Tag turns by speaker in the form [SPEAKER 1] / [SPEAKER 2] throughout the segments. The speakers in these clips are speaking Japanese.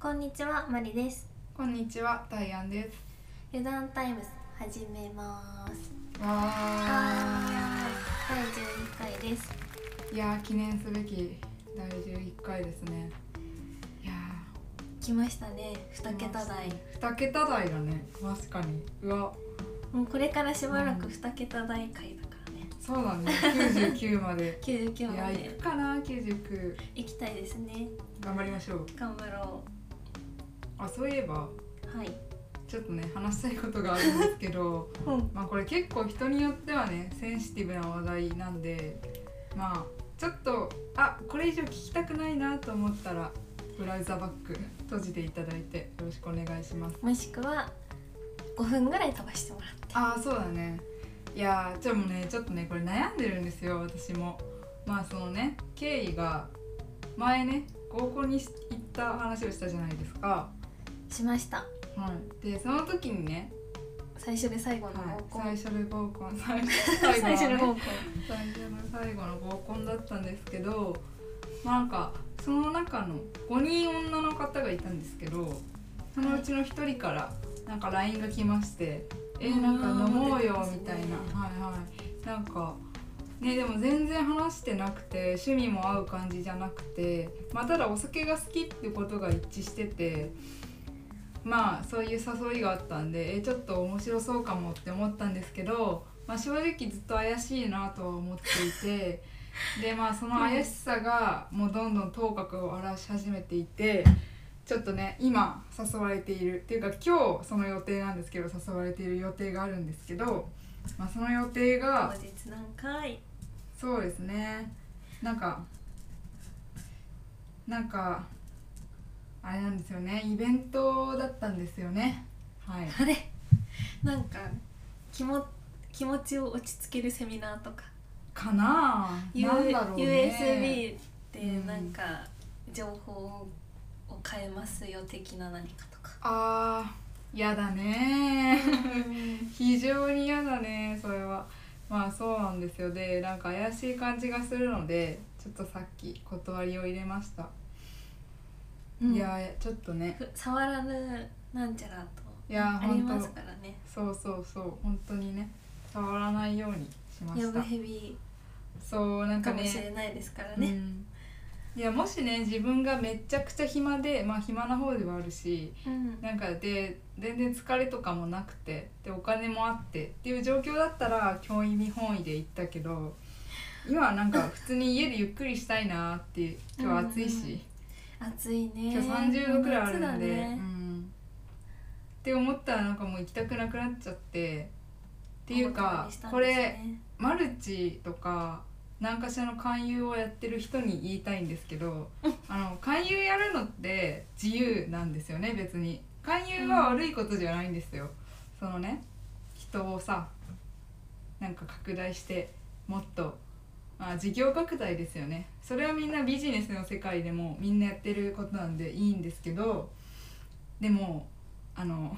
[SPEAKER 1] こんにちは、まりです。
[SPEAKER 2] こんにちは、ダイアンです。
[SPEAKER 1] 油断タイムス始めます。
[SPEAKER 2] わ
[SPEAKER 1] は
[SPEAKER 2] あ、
[SPEAKER 1] ーい、第11回です。
[SPEAKER 2] いやー記念すべき第11回ですね。いや
[SPEAKER 1] 来ましたね、
[SPEAKER 2] ー
[SPEAKER 1] 二桁台。
[SPEAKER 2] 二桁台だね、確かに。うわ、
[SPEAKER 1] もうこれからしばらく二桁台回だからね。
[SPEAKER 2] そうだね、99ま で。い
[SPEAKER 1] 99
[SPEAKER 2] や
[SPEAKER 1] ま
[SPEAKER 2] ー行
[SPEAKER 1] で
[SPEAKER 2] くかな、99。
[SPEAKER 1] 行きたいですね。
[SPEAKER 2] 頑張りましょう。
[SPEAKER 1] 頑張ろ
[SPEAKER 2] あ、そういえば、
[SPEAKER 1] う。はい。
[SPEAKER 2] ちょっとね、話したいことがあるんですけど、
[SPEAKER 1] うん。
[SPEAKER 2] まあこれ結構人によってはね、センシティブな話題なんで、まあ、ちょっと、あ、これ以上聞きたくないなと思ったら、ブラウザバック閉じていただいてよろしくお願いします。
[SPEAKER 1] もしくは5分ぐらい飛ばしてもらって。
[SPEAKER 2] ああそうだねいやーちょっともうねちょっとねこれ悩んでるんですよ私もまあそのね経緯が前ね合コンにし行った話をしたじゃないですか、
[SPEAKER 1] しました。
[SPEAKER 2] はい、でその時にね、
[SPEAKER 1] 最初で最後の合コン。
[SPEAKER 2] はい、最初の合コン最初
[SPEAKER 1] 最初
[SPEAKER 2] の
[SPEAKER 1] の
[SPEAKER 2] 合コ
[SPEAKER 1] 合コ
[SPEAKER 2] ン
[SPEAKER 1] ン。
[SPEAKER 2] 最初の最後の合コンだったんですけどまあなんかその中の5人女の方がいたんですけどそのうちの1人からなんか LINE が来まして「え
[SPEAKER 1] うん
[SPEAKER 2] なんか飲もうよ」みたい
[SPEAKER 1] 出て
[SPEAKER 2] な、
[SPEAKER 1] ます
[SPEAKER 2] はいはいなんかねでも全然話してなくて趣味も合う感じじゃなくて、まあ、ただお酒が好きってことが一致しててまあそういう誘いがあったんでえちょっと面白そうかもって思ったんですけど、まあ、正直ずっと怪しいなとは思っていて でまあその怪しさがもうどんどん頭角を現し始めていてちょっとね今誘われているっていうか今日その予定なんですけど誘われている予定があるんですけど、まあ、その予定
[SPEAKER 1] 当
[SPEAKER 2] が
[SPEAKER 1] 日何回。
[SPEAKER 2] そうですねなんかなんかあれなんですよねイベントだったんですよねはい
[SPEAKER 1] あれなんか気も気持ちを落ち着けるセミナーとか、
[SPEAKER 2] かなあ
[SPEAKER 1] U
[SPEAKER 2] なんだろうね
[SPEAKER 1] USB でなんか情報を変えますよ的な何かとか
[SPEAKER 2] あーやだね 非常に嫌だねそれはまあそうなんですよでなんか怪しい感じがするのでちょっとさっき断りを入れました、
[SPEAKER 1] うん
[SPEAKER 2] いやーちょっとね
[SPEAKER 1] ふ触らぬなんちゃらと
[SPEAKER 2] いや
[SPEAKER 1] あ
[SPEAKER 2] ー
[SPEAKER 1] り
[SPEAKER 2] 本当
[SPEAKER 1] ますからね
[SPEAKER 2] そうそうそう本当にね触らないようにしま
[SPEAKER 1] や
[SPEAKER 2] し
[SPEAKER 1] ぶ
[SPEAKER 2] た
[SPEAKER 1] ヘビ
[SPEAKER 2] そうなん
[SPEAKER 1] か
[SPEAKER 2] か
[SPEAKER 1] もしれ
[SPEAKER 2] ね
[SPEAKER 1] ないですから
[SPEAKER 2] う
[SPEAKER 1] ね
[SPEAKER 2] んいやもしね自分がめちゃくちゃ暇でまあ暇な方ではあるし
[SPEAKER 1] うん
[SPEAKER 2] なんかで全然疲れとかもなくてでお金もあってっていう状況だったら興味本位で行ったけど今は なんか普通に家でゆっくりしたいなっていう今日暑いし、
[SPEAKER 1] うんうん暑いね
[SPEAKER 2] 今日30度くらいあ
[SPEAKER 1] 夏
[SPEAKER 2] る
[SPEAKER 1] だ
[SPEAKER 2] んで、
[SPEAKER 1] ね
[SPEAKER 2] うん、って思ったらなんかもう行きたくなくなっちゃってっていう
[SPEAKER 1] お断
[SPEAKER 2] か
[SPEAKER 1] りしたん
[SPEAKER 2] こ
[SPEAKER 1] です
[SPEAKER 2] れ
[SPEAKER 1] ね
[SPEAKER 2] マルチとか何かしらの勧誘をやってる人に言いたいんですけどあの勧誘やるのって自由なんですよね別に勧誘は悪いことじゃないんですよ、そのね人をさなんか拡大してもっとまあ事業拡大ですよねそれはみんなビジネスの世界でもみんなやってることなんでいいんですけどでもあの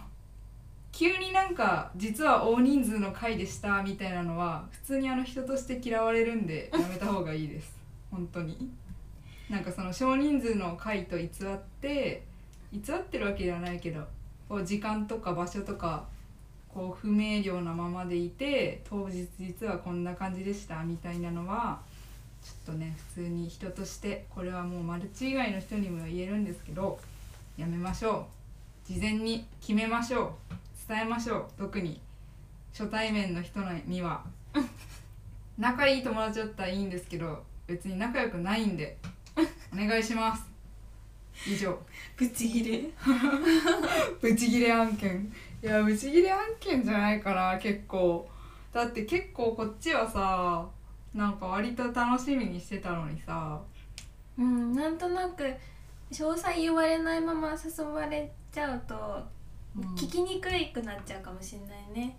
[SPEAKER 2] 急になんか実は大人数の会でしたみたいなのは普通にあの人として嫌われるんでやめた方がいいです本当になんかその少人数の会と偽って偽ってるわけではないけどこう時間とか場所とかこう不明瞭なままでいて当日実はこんな感じでしたみたいなのはちょっとね普通に人としてこれはもうマルチ以外の人にも言えるんですけどやめましょう事前に決めましょう伝えましょう特に初対面の人には 仲いい友達だったらいいんですけど別に仲良くないんでお願いします以上
[SPEAKER 1] ブチギレ
[SPEAKER 2] ブチギレ案件いやブチギレ案件じゃないかな結構だって結構こっちはさなんか割と楽しみにしてたのにさ
[SPEAKER 1] うん、なんとなく詳細言われないまま誘われちゃうと、
[SPEAKER 2] うん
[SPEAKER 1] 聞きにくいくなっちゃうかもしれないね。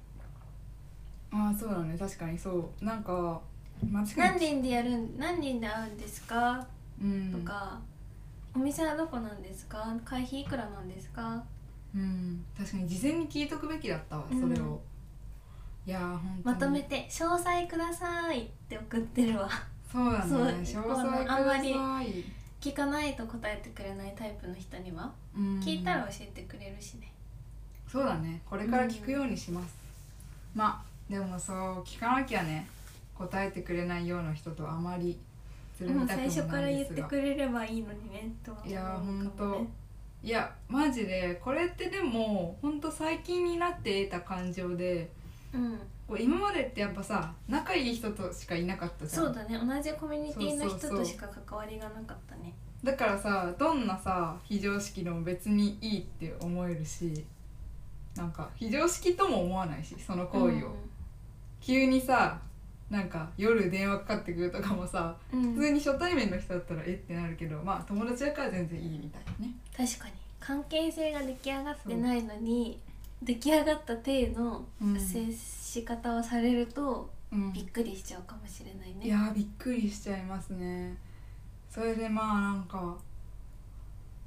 [SPEAKER 2] ああそうだね確かにそうなんか間違
[SPEAKER 1] 何
[SPEAKER 2] い
[SPEAKER 1] 人でやるん何人で会うんですか
[SPEAKER 2] うん
[SPEAKER 1] とか、お店はどこなんですか会費いくらなんですか
[SPEAKER 2] うん確かに事前に聞いとくべきだったわそれを、
[SPEAKER 1] うん
[SPEAKER 2] いやー本当
[SPEAKER 1] ま
[SPEAKER 2] に
[SPEAKER 1] とめて「詳細ください」って送ってるわ
[SPEAKER 2] そうだね
[SPEAKER 1] そう
[SPEAKER 2] 詳細ください
[SPEAKER 1] あんまり聞かないと答えてくれないタイプの人には
[SPEAKER 2] うん
[SPEAKER 1] 聞いたら教えてくれるしね
[SPEAKER 2] そうだねこれから聞くようにします、まあでもそう聞かなきゃね答えてくれないような人とあまりつる
[SPEAKER 1] も
[SPEAKER 2] み
[SPEAKER 1] う
[SPEAKER 2] たく
[SPEAKER 1] 最初
[SPEAKER 2] も
[SPEAKER 1] か
[SPEAKER 2] な
[SPEAKER 1] ら
[SPEAKER 2] い
[SPEAKER 1] 言
[SPEAKER 2] で
[SPEAKER 1] っ
[SPEAKER 2] す
[SPEAKER 1] て
[SPEAKER 2] が
[SPEAKER 1] くれればいいのにねとは思う
[SPEAKER 2] いやー
[SPEAKER 1] かもね
[SPEAKER 2] ほんいやマジでこれってでもほんと最近になって得た感情で
[SPEAKER 1] うん
[SPEAKER 2] こう今までってやっぱさ仲いい人としかいなかったじゃん
[SPEAKER 1] そうだね同じコミュニティの
[SPEAKER 2] そ
[SPEAKER 1] 人
[SPEAKER 2] うそうそう
[SPEAKER 1] としか関わりがなかったね
[SPEAKER 2] だからさどんなさ非常識でも別にいいって思えるしなんか非常識とも思わないしその行為を、急にさなんか夜電話かかってくるとかもさ
[SPEAKER 1] うん、うん
[SPEAKER 2] 普通に初対面の人だったらえってなるけどまあ友達だから全然いいみたいなね
[SPEAKER 1] 確かに関係性が出来上がってないのに出来上がった体の
[SPEAKER 2] うん
[SPEAKER 1] 接し方をされると
[SPEAKER 2] うん
[SPEAKER 1] びっくりしちゃうかもしれない
[SPEAKER 2] い
[SPEAKER 1] ね、
[SPEAKER 2] やーびっくりしちゃいますねそれでまあなんか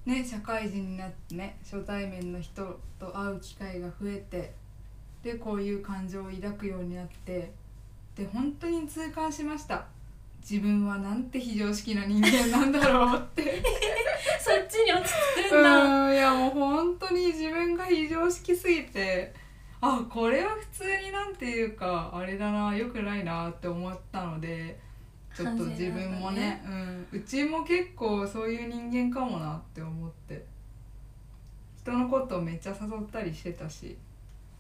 [SPEAKER 2] ね社会人になってね初対面の人と会う機会が増えてでこういう感情を抱くようになってで本当に痛感しました自分はなんて非常識な人間なんだろうって
[SPEAKER 1] そっちに落ち着
[SPEAKER 2] う
[SPEAKER 1] くんだ、
[SPEAKER 2] ーんいやもう本当に自分が非常識すぎてあこれは普通になんていうかあれだな良くないなって思ったのでちょっと自分もねうん、うちも結構そういう人間かもなって思って人のことをめっちゃ誘ったりしてたし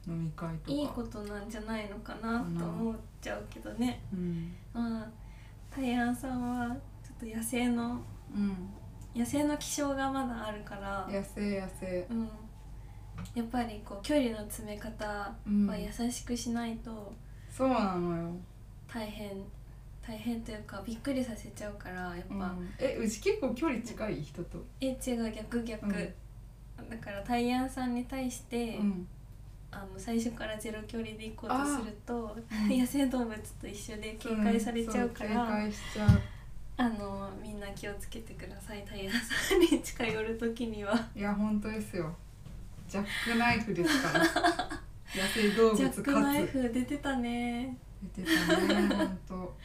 [SPEAKER 2] 飲み会とか
[SPEAKER 1] いいことなんじゃないのかなと思っちゃうけどね
[SPEAKER 2] うん、
[SPEAKER 1] まあタイヤンさんはちょっと野生の
[SPEAKER 2] うん、
[SPEAKER 1] 野生の気性がまだあるから
[SPEAKER 2] 野生野生
[SPEAKER 1] うん、やっぱりこう距離の詰め方は
[SPEAKER 2] うん
[SPEAKER 1] 優しくしないと
[SPEAKER 2] そうなのよ、
[SPEAKER 1] 大変、大変というかびっくりさせちゃうからやっぱ、
[SPEAKER 2] うんえうち結構距離近い人と、
[SPEAKER 1] え違う逆逆、
[SPEAKER 2] うん
[SPEAKER 1] だからタイヤンさんに対して、
[SPEAKER 2] うん
[SPEAKER 1] あの最初からゼロ距離で行こう
[SPEAKER 2] あー
[SPEAKER 1] とすると
[SPEAKER 2] うん
[SPEAKER 1] 野生動物と一緒で警戒されちゃうから、
[SPEAKER 2] んそ警戒しちゃう
[SPEAKER 1] あのみんな気をつけてくださいタイヤンさんに近寄る時にはい
[SPEAKER 2] や本当ですよジャックナイフですから 野生動物
[SPEAKER 1] ジ
[SPEAKER 2] か
[SPEAKER 1] ャ
[SPEAKER 2] つ
[SPEAKER 1] ックナイフ出てたね
[SPEAKER 2] 出てたね本当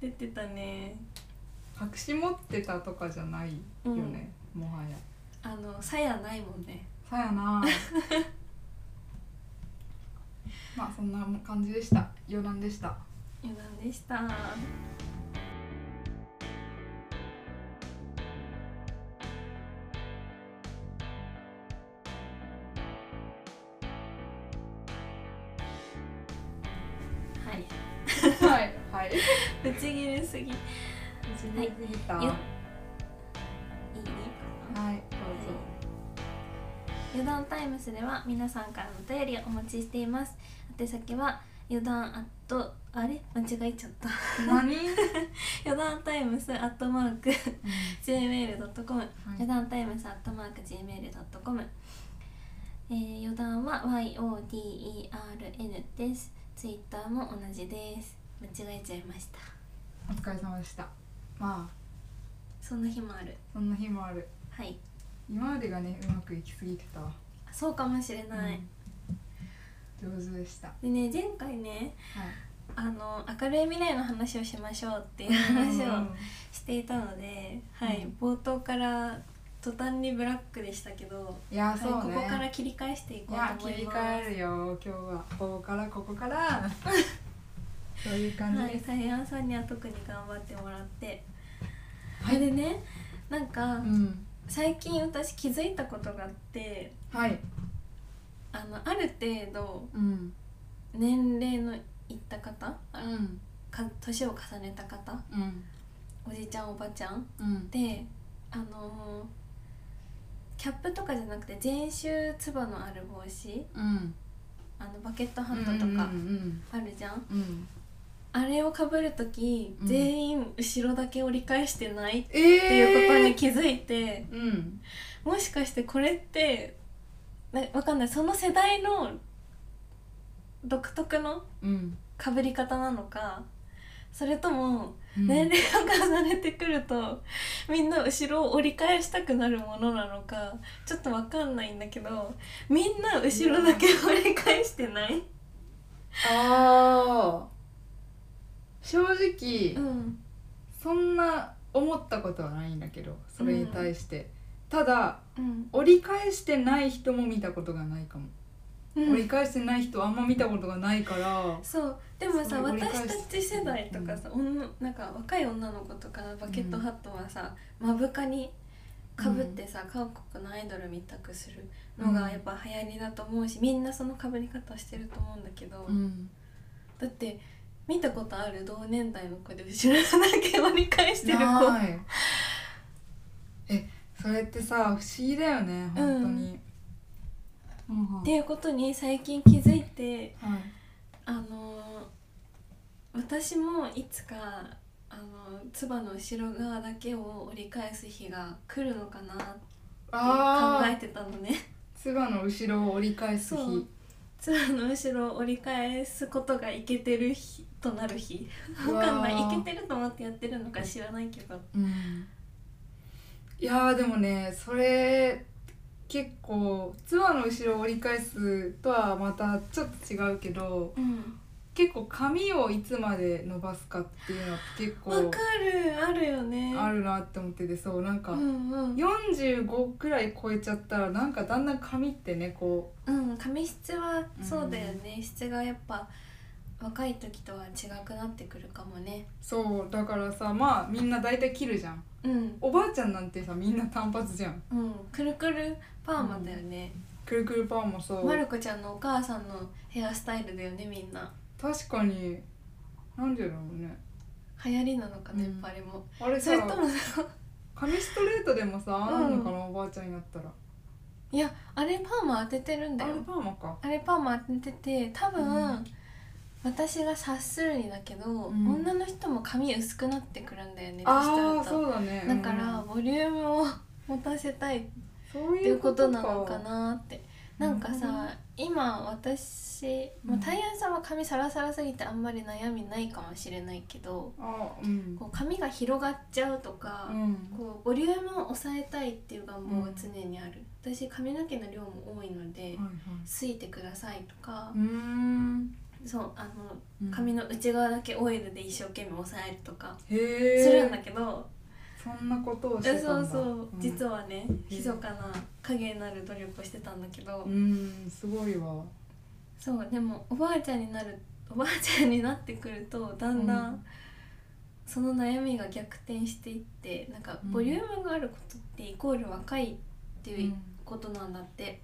[SPEAKER 1] 出てたね
[SPEAKER 2] 隠し持ってたとかじゃないよね、もはや
[SPEAKER 1] あの鞘ないもんね
[SPEAKER 2] さや なまあそんな感じでした余談でした
[SPEAKER 1] 余談でしたはい
[SPEAKER 2] はいはい
[SPEAKER 1] ぶち切れすぎいい
[SPEAKER 2] 自分すぎた
[SPEAKER 1] はいよ
[SPEAKER 2] はいど
[SPEAKER 1] 余談タイムスでは皆さんからのお便りをお待ちしています宛先は余談アットあれ間違えちゃった
[SPEAKER 2] うぞ何、うん
[SPEAKER 1] 余談タイムスアットマーク gmail.com
[SPEAKER 2] はい
[SPEAKER 1] 余談タイムズアットマーク Gmail.com えー、余談は YODERN ですツイッターも同じです間違えちゃいました
[SPEAKER 2] お疲れ様でしたまあ
[SPEAKER 1] そんな日もある
[SPEAKER 2] そんな日もある
[SPEAKER 1] はい
[SPEAKER 2] 今までがねうまくいきすぎてたわ
[SPEAKER 1] そうかもしれない、
[SPEAKER 2] うん上手でしたは
[SPEAKER 1] でね前回ね
[SPEAKER 2] い
[SPEAKER 1] あの明るい未来の話をしましょうっていう話
[SPEAKER 2] う
[SPEAKER 1] を
[SPEAKER 2] ん
[SPEAKER 1] していたので、はい、
[SPEAKER 2] うん
[SPEAKER 1] 冒頭から途端にブラックでしたけど、
[SPEAKER 2] いや
[SPEAKER 1] はい、
[SPEAKER 2] そうね
[SPEAKER 1] ここから切り返していこ
[SPEAKER 2] いうや
[SPEAKER 1] と思い
[SPEAKER 2] 切り
[SPEAKER 1] ます
[SPEAKER 2] 替えるよ今日はここからここから そういう感
[SPEAKER 1] は
[SPEAKER 2] じ
[SPEAKER 1] い、
[SPEAKER 2] です
[SPEAKER 1] サイアンさんには特に頑張ってもらって、
[SPEAKER 2] はい
[SPEAKER 1] でねなんか、
[SPEAKER 2] うん
[SPEAKER 1] 最近私気づいたことがあって
[SPEAKER 2] はい
[SPEAKER 1] あのある程度
[SPEAKER 2] うん
[SPEAKER 1] 年齢のいった方
[SPEAKER 2] う
[SPEAKER 1] あ
[SPEAKER 2] ん
[SPEAKER 1] か年を重ねた方
[SPEAKER 2] うん
[SPEAKER 1] おじちゃんおばちゃん
[SPEAKER 2] うん
[SPEAKER 1] であのーキャップとかじゃなくて全周つばのある帽子
[SPEAKER 2] うん
[SPEAKER 1] あのバケットハ
[SPEAKER 2] うん
[SPEAKER 1] ットとか
[SPEAKER 2] うん
[SPEAKER 1] あるじゃん、
[SPEAKER 2] うんうん
[SPEAKER 1] あれをかぶる時、
[SPEAKER 2] うん
[SPEAKER 1] 全員後ろだけ折り返してないっ
[SPEAKER 2] え
[SPEAKER 1] ていうことに
[SPEAKER 2] ー
[SPEAKER 1] 気づいて。
[SPEAKER 2] うん
[SPEAKER 1] もしかしてこれってなわかんないその世代の独特の
[SPEAKER 2] うん
[SPEAKER 1] かぶり方なのかそれとも
[SPEAKER 2] うん
[SPEAKER 1] 年齢を重ねてくると、みんな後ろを折り返したくなるものなのかちょっとわかんないんだけどみんな後ろだけ折り返してない、
[SPEAKER 2] ああ正直
[SPEAKER 1] うん、
[SPEAKER 2] そんな思ったことはないんだけどそれに対して、ただ
[SPEAKER 1] うん
[SPEAKER 2] 折り返してない人も見たことがないかも、折り返してない人あんま見たことがないから
[SPEAKER 1] そうでも
[SPEAKER 2] そ
[SPEAKER 1] さ
[SPEAKER 2] れ折り返
[SPEAKER 1] 私
[SPEAKER 2] す
[SPEAKER 1] たち世代とかさ、女なんか若い女の子とかバケットハットはさ目深にかぶってさ、韓国のアイドルみたくするのがやっぱ流行りだと思うしみんなそのかぶり方してると思うんだけど、
[SPEAKER 2] うん
[SPEAKER 1] だって見たことある同年代の子で後ろだけ折り返してる子
[SPEAKER 2] ないえそれってさ不思議だよね本当に、うんうん
[SPEAKER 1] っていうことに最近気づいて
[SPEAKER 2] はい
[SPEAKER 1] あの私もいつかあのつばの後ろ側だけを折り返す日が来るのかなって考え
[SPEAKER 2] あ
[SPEAKER 1] てたのね
[SPEAKER 2] ーつばの後ろを折り返す
[SPEAKER 1] そう
[SPEAKER 2] 日
[SPEAKER 1] つばの後ろを折り返すことがいけてる日となる日
[SPEAKER 2] う
[SPEAKER 1] わ
[SPEAKER 2] わー
[SPEAKER 1] かんないいけてると思ってやってるのか知らないけど
[SPEAKER 2] うんいやーでもねそれ結構ツアーの後ろを折り返すとはまたちょっと違うけど
[SPEAKER 1] うん
[SPEAKER 2] 結構髪をいつまで伸ばすかっていうのは結
[SPEAKER 1] わ
[SPEAKER 2] 構
[SPEAKER 1] かるあるよね
[SPEAKER 2] あるなって思っててそうなん
[SPEAKER 1] う
[SPEAKER 2] か
[SPEAKER 1] んうん
[SPEAKER 2] 45くらい超えちゃったらなんかだんだん髪ってねこ
[SPEAKER 1] うん髪質はそうだよね、質がやっぱ若い時とは違くなってくるかもね
[SPEAKER 2] うそうだからさまあみんな大体切るじゃん
[SPEAKER 1] うん
[SPEAKER 2] おばあちゃんなんてさみんな単発じゃん
[SPEAKER 1] うんくるくるパーマだよね、
[SPEAKER 2] くるくるパーもそう
[SPEAKER 1] まる子ちゃんのお母さんのヘアスタイルだよねみんな
[SPEAKER 2] 確かになんでだろうね
[SPEAKER 1] 流行りなのかね、
[SPEAKER 2] うん
[SPEAKER 1] やっぱりも
[SPEAKER 2] あれ
[SPEAKER 1] そ
[SPEAKER 2] さ
[SPEAKER 1] れとも さ
[SPEAKER 2] 髪ストレートでもさああなんのかな、おばあちゃんになったら
[SPEAKER 1] いやあれパーマ当ててるんだ
[SPEAKER 2] あ
[SPEAKER 1] よ
[SPEAKER 2] れパーマか
[SPEAKER 1] あれパーマ当ててて多分、
[SPEAKER 2] うん
[SPEAKER 1] 私が察するにだけど、
[SPEAKER 2] ん
[SPEAKER 1] 女の人も髪薄くなってくるんだよね
[SPEAKER 2] ああ
[SPEAKER 1] 年取る
[SPEAKER 2] そうだね
[SPEAKER 1] とだから
[SPEAKER 2] うん
[SPEAKER 1] ボリュームを持たせたい
[SPEAKER 2] そう
[SPEAKER 1] って
[SPEAKER 2] い
[SPEAKER 1] いううこ
[SPEAKER 2] こと
[SPEAKER 1] と
[SPEAKER 2] か
[SPEAKER 1] なのかなってなんか
[SPEAKER 2] なるほど
[SPEAKER 1] さ今私
[SPEAKER 2] うん
[SPEAKER 1] まあタイヤさんは髪サラサラすぎてあんまり悩みないかもしれないけど
[SPEAKER 2] あうん
[SPEAKER 1] こう髪が広がっちゃうとか、
[SPEAKER 2] うん
[SPEAKER 1] こうボリュームを抑えたいっていう願望が常にある、私髪の毛の量も多いので
[SPEAKER 2] はいはい
[SPEAKER 1] 「すいてください」とか
[SPEAKER 2] う、ーん
[SPEAKER 1] そうあの
[SPEAKER 2] うん
[SPEAKER 1] 髪の内側だけオイルで一生懸命抑えるとか
[SPEAKER 2] へ
[SPEAKER 1] す
[SPEAKER 2] ー
[SPEAKER 1] るんだけど、
[SPEAKER 2] そんなことをし
[SPEAKER 1] え
[SPEAKER 2] てたんだ
[SPEAKER 1] そうそう、
[SPEAKER 2] ん
[SPEAKER 1] 実はね
[SPEAKER 2] へえ
[SPEAKER 1] 密かな影になる努力をしてたんだけど、
[SPEAKER 2] うんすごいわ
[SPEAKER 1] そうでもおばあちゃんになるおばあちゃんになってくるとだんだん、
[SPEAKER 2] うん
[SPEAKER 1] その悩みが逆転していってなんか
[SPEAKER 2] うん
[SPEAKER 1] ボリュームがあることってイコール若いっていうことなんだって、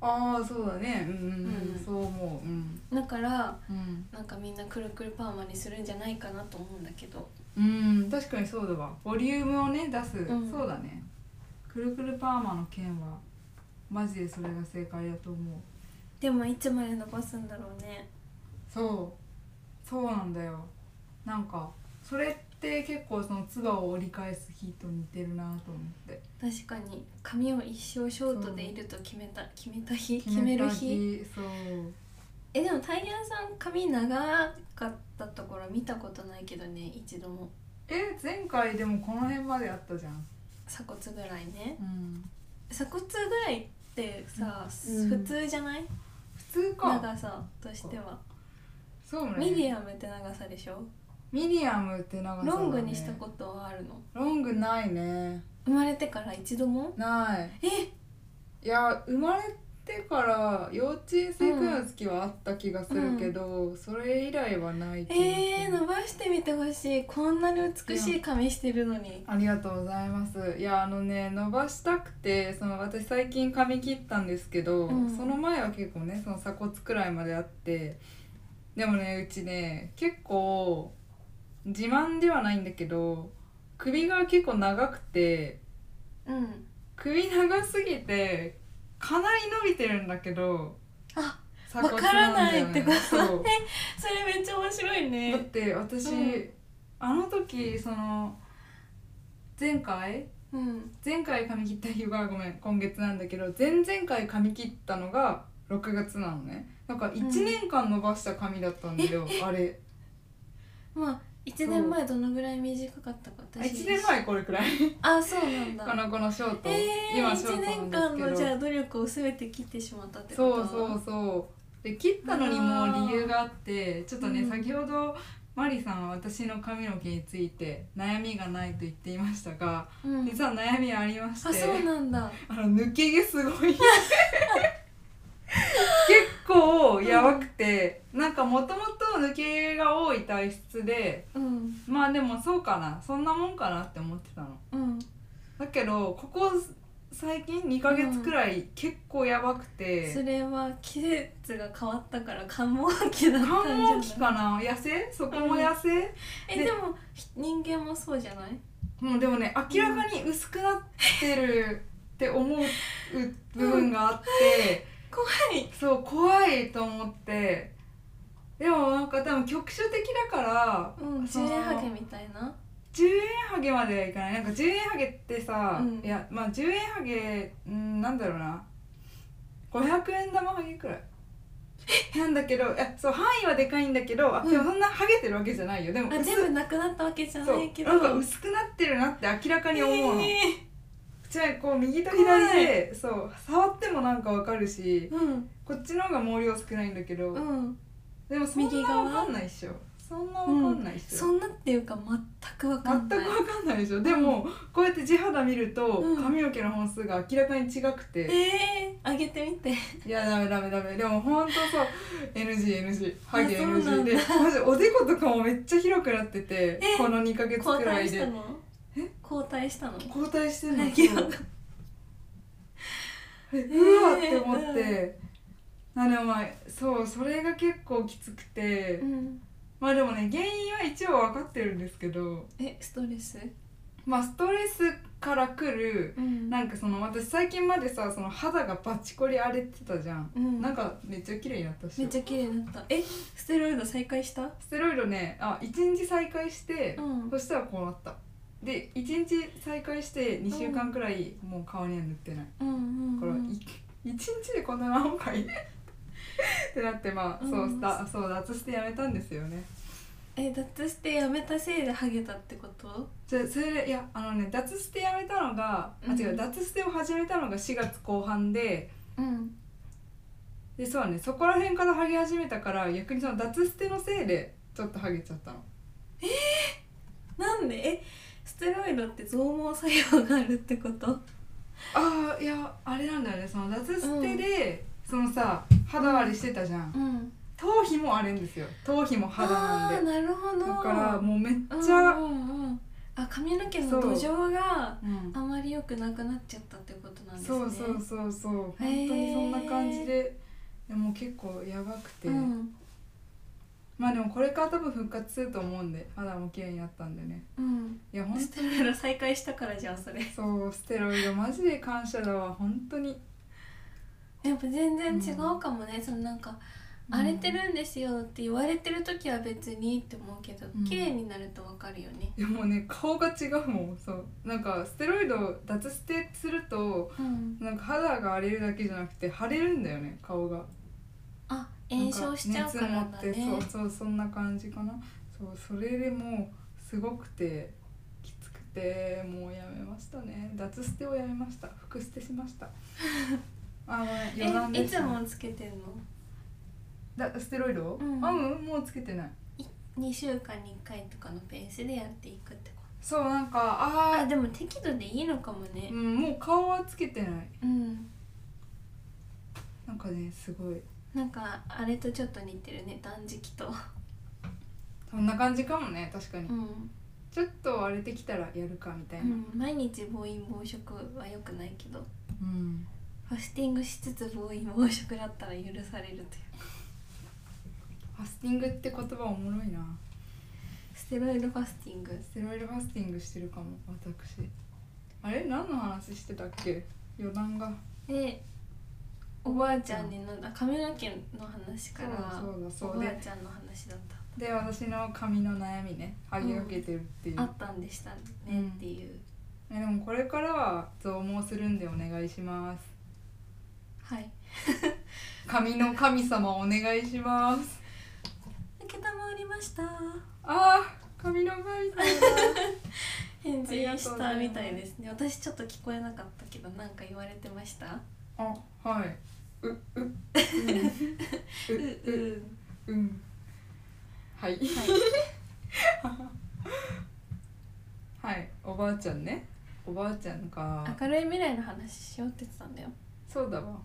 [SPEAKER 2] ああそうだねうんうん
[SPEAKER 1] う
[SPEAKER 2] うんんそう思ううん
[SPEAKER 1] だから
[SPEAKER 2] うん、
[SPEAKER 1] なんかみんなくるくるパーマにするんじゃないかなと思うんだけど
[SPEAKER 2] うん、確かにそうだわボリュームをね出す、
[SPEAKER 1] ん
[SPEAKER 2] そうだねくるくるパーマの件はマジでそれが正解だと思う
[SPEAKER 1] でもいつまで伸ばすんだろうね
[SPEAKER 2] そうそうなんだよなんかそれって結構その唾を折り返す日と似てるなと思って
[SPEAKER 1] 確かに髪を一生ショートでいると決めた決めた日決め
[SPEAKER 2] た
[SPEAKER 1] る日
[SPEAKER 2] そう
[SPEAKER 1] えでもタイヤさん髪長かったところ見たことないけどね一度も
[SPEAKER 2] え前回でもこの辺まであったじゃん、
[SPEAKER 1] 鎖骨ぐらいね
[SPEAKER 2] うん、
[SPEAKER 1] 鎖骨ぐらいってさ、
[SPEAKER 2] うん
[SPEAKER 1] 普通じゃない
[SPEAKER 2] 普通か
[SPEAKER 1] 長さとしては、
[SPEAKER 2] そうね
[SPEAKER 1] ミディアムって長さでしょ
[SPEAKER 2] ミディアムって長さ、ね、
[SPEAKER 1] ロングにしたことはあるの
[SPEAKER 2] ロングないね
[SPEAKER 1] 生まれてから一度も
[SPEAKER 2] ない
[SPEAKER 1] え
[SPEAKER 2] いや生まれてから幼稚園生くらいの時はあった気がするけど、それ以来はない気がする
[SPEAKER 1] えー、伸ばしてみてほしいこんなに美しい髪してるのに
[SPEAKER 2] ありがとうございますいやあのね伸ばしたくてその私最近髪切ったんですけど、
[SPEAKER 1] うん
[SPEAKER 2] その前は結構ねその鎖骨くらいまであってでもねうちね結構自慢ではないんだけど首が結構長くて
[SPEAKER 1] うん
[SPEAKER 2] 首長すぎてかなり伸びてるんだけど
[SPEAKER 1] あ
[SPEAKER 2] 鎖
[SPEAKER 1] わからないってことね
[SPEAKER 2] そ
[SPEAKER 1] そ
[SPEAKER 2] う
[SPEAKER 1] れめっちゃ面白い
[SPEAKER 2] だっ
[SPEAKER 1] ね
[SPEAKER 2] て私、
[SPEAKER 1] うん
[SPEAKER 2] あの時その前回
[SPEAKER 1] うん
[SPEAKER 2] 前回髪切った日はごめん今月なんだけど前々回髪切ったのが6月なのねなんか1年間伸ばした髪だったんだよ、あれ
[SPEAKER 1] まあ1年前どのぐらい短かったか
[SPEAKER 2] あ1年前これくらい
[SPEAKER 1] あそうなん
[SPEAKER 2] こ
[SPEAKER 1] だ
[SPEAKER 2] のこのショート、
[SPEAKER 1] えー、
[SPEAKER 2] 今ショ
[SPEAKER 1] 1
[SPEAKER 2] ー
[SPEAKER 1] 年
[SPEAKER 2] トな
[SPEAKER 1] 間
[SPEAKER 2] んで
[SPEAKER 1] の
[SPEAKER 2] す
[SPEAKER 1] じ
[SPEAKER 2] け
[SPEAKER 1] ゃ
[SPEAKER 2] ど
[SPEAKER 1] あ努力を全て切ってしまったってこと
[SPEAKER 2] そうそうそうで切ったのにも理由があってちょっとね、
[SPEAKER 1] うん
[SPEAKER 2] 先ほどマリさんは私の髪の毛について悩みがないと言っていましたが
[SPEAKER 1] うん
[SPEAKER 2] 実は悩みありまして
[SPEAKER 1] あそうなんだ
[SPEAKER 2] あの抜け毛すごい 結構やばくてなんかもともと抜け毛が多い体質で
[SPEAKER 1] うん
[SPEAKER 2] まあでもそうかなそんなもんかなって思ってたの
[SPEAKER 1] うん
[SPEAKER 2] だけどここ最近2ヶ月くらい結構やばくて、
[SPEAKER 1] それは季節が変わったから寒毛期だったんじゃない
[SPEAKER 2] 繁忙期かな痩せそこも痩せ、
[SPEAKER 1] えでもひ人間もそうじゃない
[SPEAKER 2] もうでもね明らかに薄くなってるって思う部分があって、
[SPEAKER 1] 怖い
[SPEAKER 2] そう怖いと思ってでもなんか多分局所的だから
[SPEAKER 1] うん
[SPEAKER 2] そ
[SPEAKER 1] 十
[SPEAKER 2] の
[SPEAKER 1] 円ハゲみたいな
[SPEAKER 2] 10円ハゲまではいかないなんか10円ハゲってさ、
[SPEAKER 1] うん
[SPEAKER 2] いやまあ10円ハゲうんなんだろうな500円玉ハゲくらい。なんだけどえそう範囲はでかいんだけど、あでもそんなハゲてるわけじゃないよでも
[SPEAKER 1] あ
[SPEAKER 2] 薄
[SPEAKER 1] 全部なくなったわけじゃ
[SPEAKER 2] そ
[SPEAKER 1] ないうけど
[SPEAKER 2] なんか薄くなってるなって明らかに思うの。
[SPEAKER 1] え
[SPEAKER 2] じゃあこう右と左でそう触ってもなんかわかるし
[SPEAKER 1] ーうん
[SPEAKER 2] こっちの方が毛量少ないんだけど、
[SPEAKER 1] うん
[SPEAKER 2] でもそん
[SPEAKER 1] 右
[SPEAKER 2] な
[SPEAKER 1] 側
[SPEAKER 2] わかんないっしょそんなわかんないっし
[SPEAKER 1] そ
[SPEAKER 2] ょ、
[SPEAKER 1] んなっていうか全くわかんな
[SPEAKER 2] 全
[SPEAKER 1] い
[SPEAKER 2] くわかんないでしょでもこうやって地肌見ると
[SPEAKER 1] うん
[SPEAKER 2] 髪の毛の本数が明らかに違くて、
[SPEAKER 1] えー、あげてみて
[SPEAKER 2] いやダメダメダメでもほんとそう NGNG ハゲ
[SPEAKER 1] あそうなんだ
[SPEAKER 2] NG でマジおでことかもめっちゃ広くなって
[SPEAKER 1] え
[SPEAKER 2] てこの2ヶ月
[SPEAKER 1] 交
[SPEAKER 2] くら
[SPEAKER 1] 代
[SPEAKER 2] い
[SPEAKER 1] し
[SPEAKER 2] で
[SPEAKER 1] たの交代したの
[SPEAKER 2] 交代してんの
[SPEAKER 1] はい
[SPEAKER 2] そうえうわって思って、あでもまあそうそれが結構きつくて、
[SPEAKER 1] うん
[SPEAKER 2] まあでもね原因は一応分かってるんですけど
[SPEAKER 1] えストレス
[SPEAKER 2] まあストレスからくる
[SPEAKER 1] うん
[SPEAKER 2] なんかその私最近までさその肌がバチコリ荒れてたじゃん、
[SPEAKER 1] うん
[SPEAKER 2] なんかめっちゃ綺麗になったっし
[SPEAKER 1] め
[SPEAKER 2] ょ
[SPEAKER 1] っちゃ綺麗になったえステロイド再開した
[SPEAKER 2] ステロイドねあ一日再開して、
[SPEAKER 1] うん
[SPEAKER 2] そしたらこうなったで一日再開して2週間くらいもう顔には塗ってない、
[SPEAKER 1] うんうん
[SPEAKER 2] だ
[SPEAKER 1] う
[SPEAKER 2] からい
[SPEAKER 1] ん
[SPEAKER 2] 一日でこんな何 回ってなってまあそううんだそう脱してやめたんですよね
[SPEAKER 1] え脱してやめたせいでハゲたってこと
[SPEAKER 2] じゃあそれでいやあのね脱捨てやめたのが、
[SPEAKER 1] うん
[SPEAKER 2] あ違う脱捨てを始めたのが4月後半で
[SPEAKER 1] うん
[SPEAKER 2] でそうねそこら辺からハゲ始めたから逆にその脱捨てのせいでちょっとハゲちゃったの
[SPEAKER 1] なんでえステロイドって増毛作用があるってこと
[SPEAKER 2] あーいやあれなんだよねその脱捨てで、そのさ肌荒れしてたじゃん、
[SPEAKER 1] うん
[SPEAKER 2] 頭皮も荒れんですよ頭皮も肌なん
[SPEAKER 1] あー
[SPEAKER 2] で
[SPEAKER 1] なるほど
[SPEAKER 2] だからもうめっ
[SPEAKER 1] うん
[SPEAKER 2] ちゃ、
[SPEAKER 1] うんうんあ髪の毛
[SPEAKER 2] そ
[SPEAKER 1] の
[SPEAKER 2] う
[SPEAKER 1] 土壌が
[SPEAKER 2] うん
[SPEAKER 1] あまり良くなくなっちゃったってことなんですね
[SPEAKER 2] そうそうそうそう本当
[SPEAKER 1] へー
[SPEAKER 2] にそんな感じででも結構やばくて、
[SPEAKER 1] うん
[SPEAKER 2] まあでもこれから多分復活すると思うんで肌も綺麗になったんでね
[SPEAKER 1] うん
[SPEAKER 2] いやほん
[SPEAKER 1] ステロイド再開したからじゃんそれ
[SPEAKER 2] そうステロイドマジで感謝だわ本当に
[SPEAKER 1] やっぱ全然違うかもね、そのなんか「荒れてるんですよ」って言われてる時は別にって思うけど、
[SPEAKER 2] ん
[SPEAKER 1] 綺麗になるとわかるよね
[SPEAKER 2] いやもうね顔が違うもんそうなんかステロイド脱ステすると
[SPEAKER 1] うん
[SPEAKER 2] なんか肌が荒れるだけじゃなくて腫れるんだよね顔が
[SPEAKER 1] あ炎症しちゃうから
[SPEAKER 2] なん
[SPEAKER 1] だ
[SPEAKER 2] 熱持
[SPEAKER 1] ね
[SPEAKER 2] ってそうそうそんな感じかなそうそれでもうすごくてきつくてもうやめましたね脱ステをやめました服捨てし ましたあごめん余談
[SPEAKER 1] えい
[SPEAKER 2] でし
[SPEAKER 1] つ
[SPEAKER 2] た
[SPEAKER 1] もつけてんの
[SPEAKER 2] だステロイド、
[SPEAKER 1] うん
[SPEAKER 2] あうんもうつけてない
[SPEAKER 1] 2週間に1回とかのペースでやっていくってこと
[SPEAKER 2] そうなんか
[SPEAKER 1] あ
[SPEAKER 2] あ
[SPEAKER 1] でも適度でいいのかも
[SPEAKER 2] ーう
[SPEAKER 1] ね
[SPEAKER 2] んもう顔はつけてない
[SPEAKER 1] うん
[SPEAKER 2] なんかねすごい
[SPEAKER 1] なんかあれとちょっと似てるね断食と
[SPEAKER 2] そんな感じかもね確かに、
[SPEAKER 1] うん、
[SPEAKER 2] ちょっと荒れてきたらやるかみたいうな、うん
[SPEAKER 1] ん、毎日暴飲暴食は良くないけどファスティングしつつ暴飲暴食だったら許されるという
[SPEAKER 2] ファスティングって言葉おもろいな
[SPEAKER 1] ステロイドファスティング
[SPEAKER 2] ステロイドファスティングしてるかも私あれ何の話してたっけ余談が
[SPEAKER 1] でおばあちゃんにのあ髪の毛の話から
[SPEAKER 2] そうだそうだそう
[SPEAKER 1] おば
[SPEAKER 2] だ
[SPEAKER 1] あちゃんの話だった
[SPEAKER 2] で私の髪の悩みねハゲかけてるっていう、
[SPEAKER 1] あったんでしたねっていう、
[SPEAKER 2] えでもこれからは増毛するんでお願いします
[SPEAKER 1] はい
[SPEAKER 2] 髪の神様お願いします
[SPEAKER 1] 「受けたまわりました」
[SPEAKER 2] あー髪の神様
[SPEAKER 1] 返事
[SPEAKER 2] ありがとう
[SPEAKER 1] し
[SPEAKER 2] ござ
[SPEAKER 1] た
[SPEAKER 2] います
[SPEAKER 1] みたいですね私ちょっと聞こえなかったけどなんか言われてました
[SPEAKER 2] あはい ううう
[SPEAKER 1] ううん
[SPEAKER 2] うんはい
[SPEAKER 1] はい
[SPEAKER 2] ばあちゃんねおばあちゃんか
[SPEAKER 1] 明るい未来の話しようって言ってたんだよ
[SPEAKER 2] そうだわ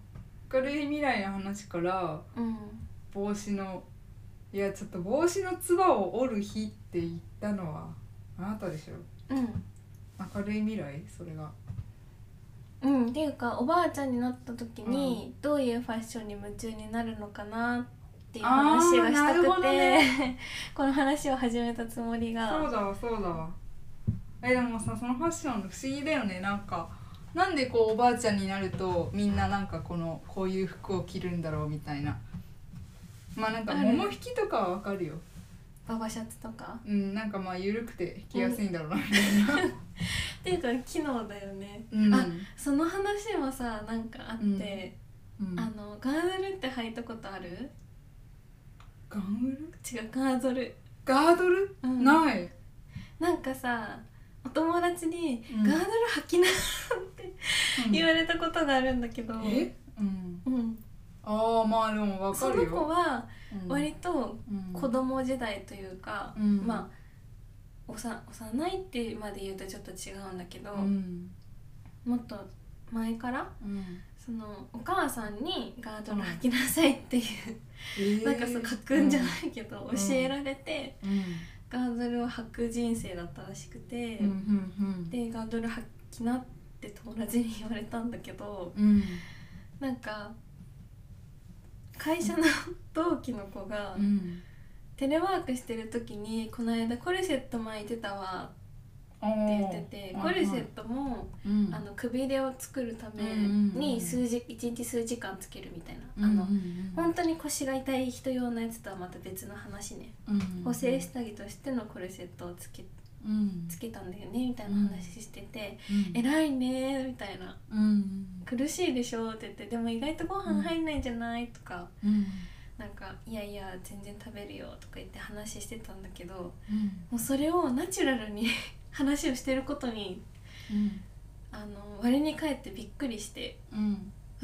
[SPEAKER 2] 明るい未来の話から
[SPEAKER 1] うん
[SPEAKER 2] 帽子のいやちょっと帽子のつばを折る日って言ったのはあなたでしょ
[SPEAKER 1] うん
[SPEAKER 2] 明るい未来それが
[SPEAKER 1] うん、っていうかおばあちゃんになった時に、どういうファッションに夢中になるのかなっていう話がした
[SPEAKER 2] あーなる
[SPEAKER 1] く
[SPEAKER 2] ほど
[SPEAKER 1] て、
[SPEAKER 2] ね
[SPEAKER 1] この話を始めたつもり
[SPEAKER 2] そう
[SPEAKER 1] が
[SPEAKER 2] だわそうだわえでもさそのファッションの不思議だよねなんかなんでこうおばあちゃんになるとみんななんかこのこういう服を着るんだろうみたいなまあなんか
[SPEAKER 1] ある
[SPEAKER 2] 桃引きとかはわかるよ
[SPEAKER 1] ババシャツとか
[SPEAKER 2] うんなんかまあ緩くて引きやすいんだろうな、
[SPEAKER 1] っていうか機能だよね
[SPEAKER 2] うん
[SPEAKER 1] あその話もさなんかあって、
[SPEAKER 2] うん、
[SPEAKER 1] あのガードルって履いたことある
[SPEAKER 2] ガンウル
[SPEAKER 1] 違うガードル
[SPEAKER 2] ガードル、
[SPEAKER 1] うん
[SPEAKER 2] ない
[SPEAKER 1] なんかさお友達に
[SPEAKER 2] う
[SPEAKER 1] 「
[SPEAKER 2] ん
[SPEAKER 1] ガードル履きな」って言われたことがあるんだけど、
[SPEAKER 2] うんえうん
[SPEAKER 1] うん、
[SPEAKER 2] ああまあでもわか
[SPEAKER 1] そ
[SPEAKER 2] る
[SPEAKER 1] の
[SPEAKER 2] よ
[SPEAKER 1] 子は
[SPEAKER 2] うん
[SPEAKER 1] 割と
[SPEAKER 2] うん
[SPEAKER 1] 子供時代というか、
[SPEAKER 2] うん
[SPEAKER 1] まあおさ幼いってまで言うとちょっと違うんだけど、
[SPEAKER 2] うん
[SPEAKER 1] もっと前から
[SPEAKER 2] うん
[SPEAKER 1] そのお母さんにガードル履きなさいっていう、
[SPEAKER 2] えー
[SPEAKER 1] なんかそう書くんじゃないけど、
[SPEAKER 2] ん
[SPEAKER 1] 教えられて
[SPEAKER 2] うん
[SPEAKER 1] ガードルを履く人生だったらしくて、
[SPEAKER 2] うんうん
[SPEAKER 1] でガードル履きなって友達に言われたんだけど
[SPEAKER 2] うんうん
[SPEAKER 1] なんか会社の同期の子が、
[SPEAKER 2] うん
[SPEAKER 1] テレワークしてる時に「この間コルセット巻いてたわ」って言っててコルセットもあのくびれを作るために数時一日数時間つけるみたいなあの本当に腰が痛い人用のやつとはまた別の話ね補正下着としてのコルセットをつけつけたんだよねみたいな話してて「偉いね」みたいな「苦しいでしょ」って言って「でも意外とご飯入んないんじゃない?」とか「なんかいやいや全然食べるよ」とか言って話してたんだけどもうそれをナチュラルに 話をしてることにあの割に返ってびっくりして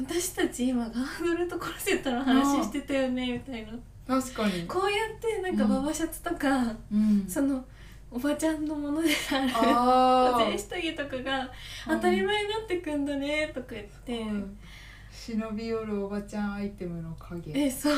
[SPEAKER 1] 私たち今ガードルとコルセットの話してたよねみたいな
[SPEAKER 2] 確かに
[SPEAKER 1] こうやってなんか
[SPEAKER 2] うん
[SPEAKER 1] ババシャツとか、
[SPEAKER 2] うん
[SPEAKER 1] そのおばちゃんのものである
[SPEAKER 2] あ
[SPEAKER 1] 全
[SPEAKER 2] ー
[SPEAKER 1] 下着とかが当たり前になってくんだねとか言って、
[SPEAKER 2] うん忍び寄るおばちゃんアイテムの影
[SPEAKER 1] えそう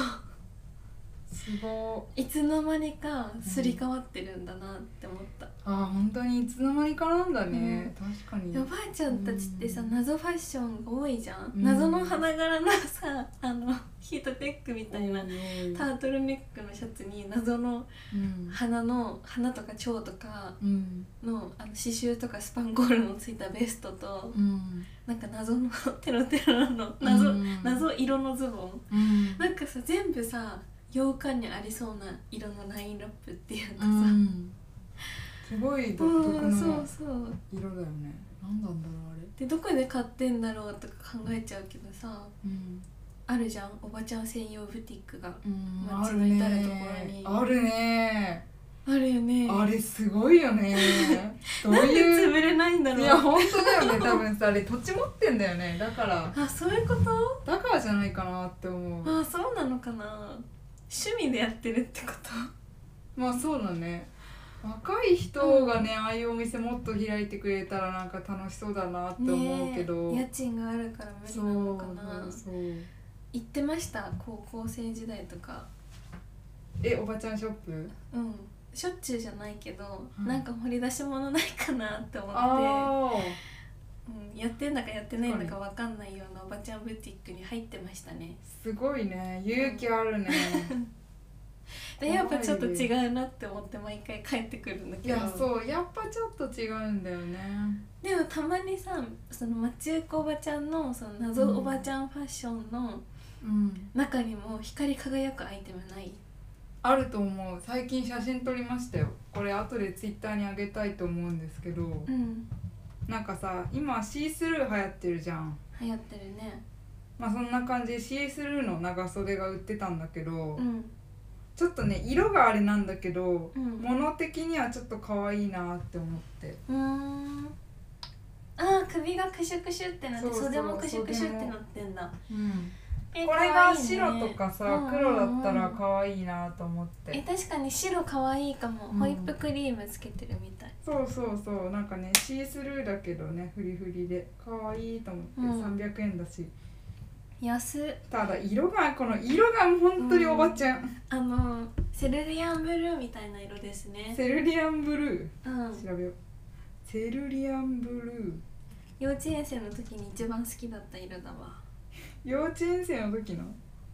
[SPEAKER 2] すご
[SPEAKER 1] いつの間にかすり替わってるんだなって思った、
[SPEAKER 2] あー本当にいつの間にかなんだね確か
[SPEAKER 1] でお
[SPEAKER 2] に
[SPEAKER 1] ばあちゃんたちってさ
[SPEAKER 2] うん
[SPEAKER 1] 謎ファッションが多いじゃん、
[SPEAKER 2] うん
[SPEAKER 1] 謎の花柄のさあのヒートテックみたいな、
[SPEAKER 2] うん
[SPEAKER 1] タートルネックのシャツに謎の
[SPEAKER 2] うん
[SPEAKER 1] 花の花とか蝶とか
[SPEAKER 2] うん
[SPEAKER 1] のあの刺繍とかスパンコールのついたベストと
[SPEAKER 2] うん
[SPEAKER 1] なんか謎のテロテロの謎、
[SPEAKER 2] うん
[SPEAKER 1] 謎色のズボン
[SPEAKER 2] うん
[SPEAKER 1] なんかさ全部さ洋館にありそうな色のラインラップっていうか
[SPEAKER 2] う
[SPEAKER 1] さ、
[SPEAKER 2] んすごい独特
[SPEAKER 1] うんそ
[SPEAKER 2] の
[SPEAKER 1] うそう
[SPEAKER 2] 色だよね何なんだろうあれ
[SPEAKER 1] でどこで買ってんだろうとか考えちゃうけどさ
[SPEAKER 2] うん
[SPEAKER 1] あるじゃんおばちゃん専用ブティックが
[SPEAKER 2] うん
[SPEAKER 1] 街
[SPEAKER 2] ある
[SPEAKER 1] の至る
[SPEAKER 2] ね
[SPEAKER 1] 所に
[SPEAKER 2] あるね
[SPEAKER 1] あるよね
[SPEAKER 2] あれすごい よねどう
[SPEAKER 1] なんで
[SPEAKER 2] いう
[SPEAKER 1] 潰れないんだ
[SPEAKER 2] いや
[SPEAKER 1] ろう
[SPEAKER 2] 本当だよね多分さあれ土地持ってんだよねだから
[SPEAKER 1] あそういうこと
[SPEAKER 2] だからじゃないかなって思う
[SPEAKER 1] あそうなのかな趣味でやってるってこと
[SPEAKER 2] まあそうだね若い人がね、ああいうお店もっと開いてくれたらなんか楽しそうだなって思うけど、
[SPEAKER 1] ねえ家賃があるから無理
[SPEAKER 2] そ
[SPEAKER 1] な
[SPEAKER 2] う
[SPEAKER 1] のかな
[SPEAKER 2] そうそう
[SPEAKER 1] 行ってました高校生時代とか
[SPEAKER 2] えおばちゃんショップ
[SPEAKER 1] うんしょっちゅうじゃないけど、
[SPEAKER 2] うん
[SPEAKER 1] なんか掘り出し物ないかなって思って、
[SPEAKER 2] ああ
[SPEAKER 1] うん、やってんだかやってないんだかわかんないようなおばちゃんブティックに入ってましたね
[SPEAKER 2] すごいね勇気ある ね
[SPEAKER 1] でやっぱちょっと違うなって思って毎回帰ってくるんだ
[SPEAKER 2] い
[SPEAKER 1] けど
[SPEAKER 2] やそうやっぱちょっと違うんだよね
[SPEAKER 1] でもたまにさその町行くおばちゃんのその謎おばちゃんファッションの
[SPEAKER 2] うん
[SPEAKER 1] 中にも光り輝くアイテムない
[SPEAKER 2] あると思う最近写真撮りましたよこれ後でツイッターにあげたいと思うんですけど
[SPEAKER 1] うん
[SPEAKER 2] なんかさ今シースルー流行ってるじゃん
[SPEAKER 1] 流行ってるね
[SPEAKER 2] まあそんな感じでシースルーの長袖が売ってたんだけど、
[SPEAKER 1] うん
[SPEAKER 2] ちょっとね色があれなんだけど、
[SPEAKER 1] うん
[SPEAKER 2] 物的にはちょっと可愛いなって思って
[SPEAKER 1] うーんあー首がクシュクシュってなって
[SPEAKER 2] そうそう
[SPEAKER 1] 袖もクシュクシュってなってんだ
[SPEAKER 2] うん
[SPEAKER 1] え
[SPEAKER 2] これが
[SPEAKER 1] 可愛いね
[SPEAKER 2] 白とかさ、
[SPEAKER 1] うんうんうん
[SPEAKER 2] 黒だったら可愛いなと思っ
[SPEAKER 1] え
[SPEAKER 2] て
[SPEAKER 1] 確かに白可愛いかも、
[SPEAKER 2] うん
[SPEAKER 1] ホイップクリームつけてるみたい
[SPEAKER 2] そうそうそうなんかねシースルーだけどねフリフリで可愛いと思って、
[SPEAKER 1] うん
[SPEAKER 2] 300円だし
[SPEAKER 1] 安った
[SPEAKER 2] だ色がこの色が本当におばちゃん、
[SPEAKER 1] あのセルリアンブルーみたいな色ですね
[SPEAKER 2] セルリアンブル
[SPEAKER 1] うん
[SPEAKER 2] ー調べようセルリアンブルー
[SPEAKER 1] 幼稚園生の時に一番好きだった色だわ
[SPEAKER 2] 幼稚園生の時の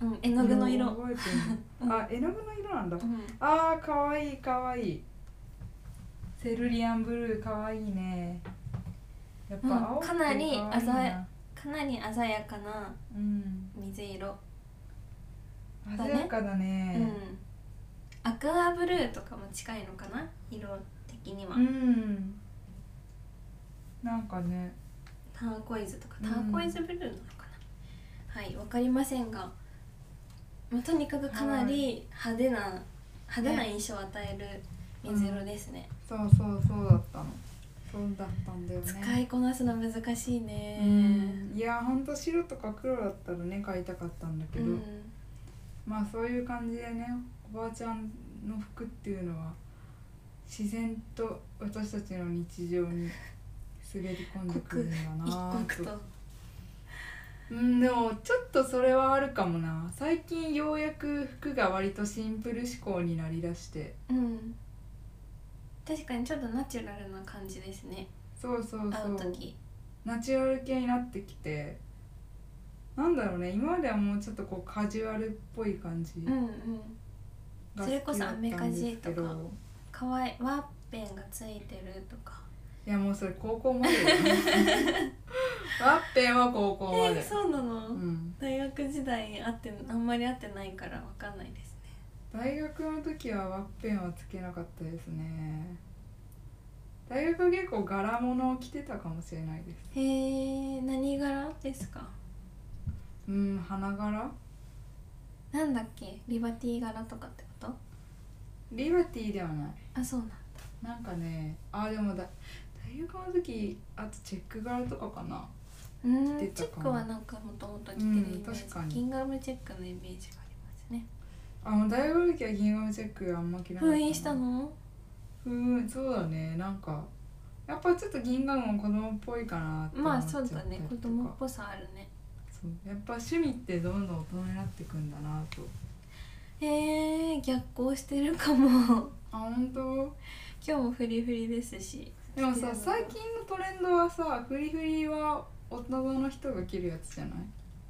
[SPEAKER 1] うん絵の具の色
[SPEAKER 2] 覚えてんのあ絵の具の色なんだ、
[SPEAKER 1] うん
[SPEAKER 2] あーかわいいかわいいセルリアンブルーかわいいねやっぱ
[SPEAKER 1] うん
[SPEAKER 2] 青って
[SPEAKER 1] かなり
[SPEAKER 2] 可愛い
[SPEAKER 1] 鮮やかなり鮮やかな
[SPEAKER 2] うん
[SPEAKER 1] 水色だ
[SPEAKER 2] 鮮
[SPEAKER 1] ね
[SPEAKER 2] やかだ
[SPEAKER 1] う
[SPEAKER 2] ね
[SPEAKER 1] んアクアブルーとかも近いのかな色的には
[SPEAKER 2] うん、なんかね
[SPEAKER 1] ターコイズとか
[SPEAKER 2] う
[SPEAKER 1] タ
[SPEAKER 2] ん
[SPEAKER 1] ーコイズブルーなのかな、はいわかりませんが、まあ、とにかくかなり派手な、派手な印象を与える水色ですね、
[SPEAKER 2] そうそうそうだったのそうだったんだよね
[SPEAKER 1] 使いこなすの難しいね
[SPEAKER 2] うんいやほんと白とか黒だったらね買いたかったんだけ
[SPEAKER 1] う
[SPEAKER 2] ど、
[SPEAKER 1] ん
[SPEAKER 2] まあそういう感じでねおばあちゃんの服っていうのは自然と私たちの日常に滑り込んでくるんだ
[SPEAKER 1] 一
[SPEAKER 2] な
[SPEAKER 1] 刻と
[SPEAKER 2] とうんでもちょっとそれはあるかもな最近ようやく服が割とシンプル志向になりだして
[SPEAKER 1] うん確かにちょっとナチュラルな感じですね
[SPEAKER 2] そうそうそ
[SPEAKER 1] 会う
[SPEAKER 2] う
[SPEAKER 1] 時
[SPEAKER 2] ナチュラル系になってきてなんだろうね今まではもうちょっとこうカジュアルっぽい感じ
[SPEAKER 1] うんうん
[SPEAKER 2] が
[SPEAKER 1] それこそ
[SPEAKER 2] 好きだったんですけど
[SPEAKER 1] アメカジとかわいいワッペンがついてるとか
[SPEAKER 2] いやもうそれ高校まで だよワッペンは高校ま
[SPEAKER 1] え
[SPEAKER 2] で、
[SPEAKER 1] そうなの、
[SPEAKER 2] うん、
[SPEAKER 1] 大学時代会ってあんまり会ってないからわかんないですね
[SPEAKER 2] 大学の時はワッペンはつけなかったですね大学は結構柄物を着てたかもしれないです
[SPEAKER 1] へえ何柄ですか
[SPEAKER 2] うん花柄
[SPEAKER 1] なんだっけリバティ柄とかってこと
[SPEAKER 2] リバティではない
[SPEAKER 1] あそうなん
[SPEAKER 2] なんかねあでもだ大学の時あとチェック柄とかかな
[SPEAKER 1] うー
[SPEAKER 2] 出
[SPEAKER 1] んチ
[SPEAKER 2] た
[SPEAKER 1] ェ
[SPEAKER 2] かも
[SPEAKER 1] ックはなんかもともと着てるイメージ
[SPEAKER 2] うん確、かに
[SPEAKER 1] キングアムチェックのイメージがありますね
[SPEAKER 2] あもう大学の時は銀河チェックあんま着なかった
[SPEAKER 1] 封
[SPEAKER 2] な
[SPEAKER 1] 印したの
[SPEAKER 2] 封印そうだねなんかやっぱちょっと銀河も子供っぽいかなって思
[SPEAKER 1] ま
[SPEAKER 2] っ
[SPEAKER 1] あ
[SPEAKER 2] ちゃっ
[SPEAKER 1] そう
[SPEAKER 2] たりとか
[SPEAKER 1] だね子供っぽさあるね
[SPEAKER 2] そうやっぱ趣味ってどんどん大人になってくんだなと
[SPEAKER 1] へえ逆行してるかも
[SPEAKER 2] あ本当
[SPEAKER 1] 今日もフリフリですし
[SPEAKER 2] でも
[SPEAKER 1] 好きな
[SPEAKER 2] さ
[SPEAKER 1] の
[SPEAKER 2] 最近のトレンドはさフリフリは大人の人が着るやつじゃない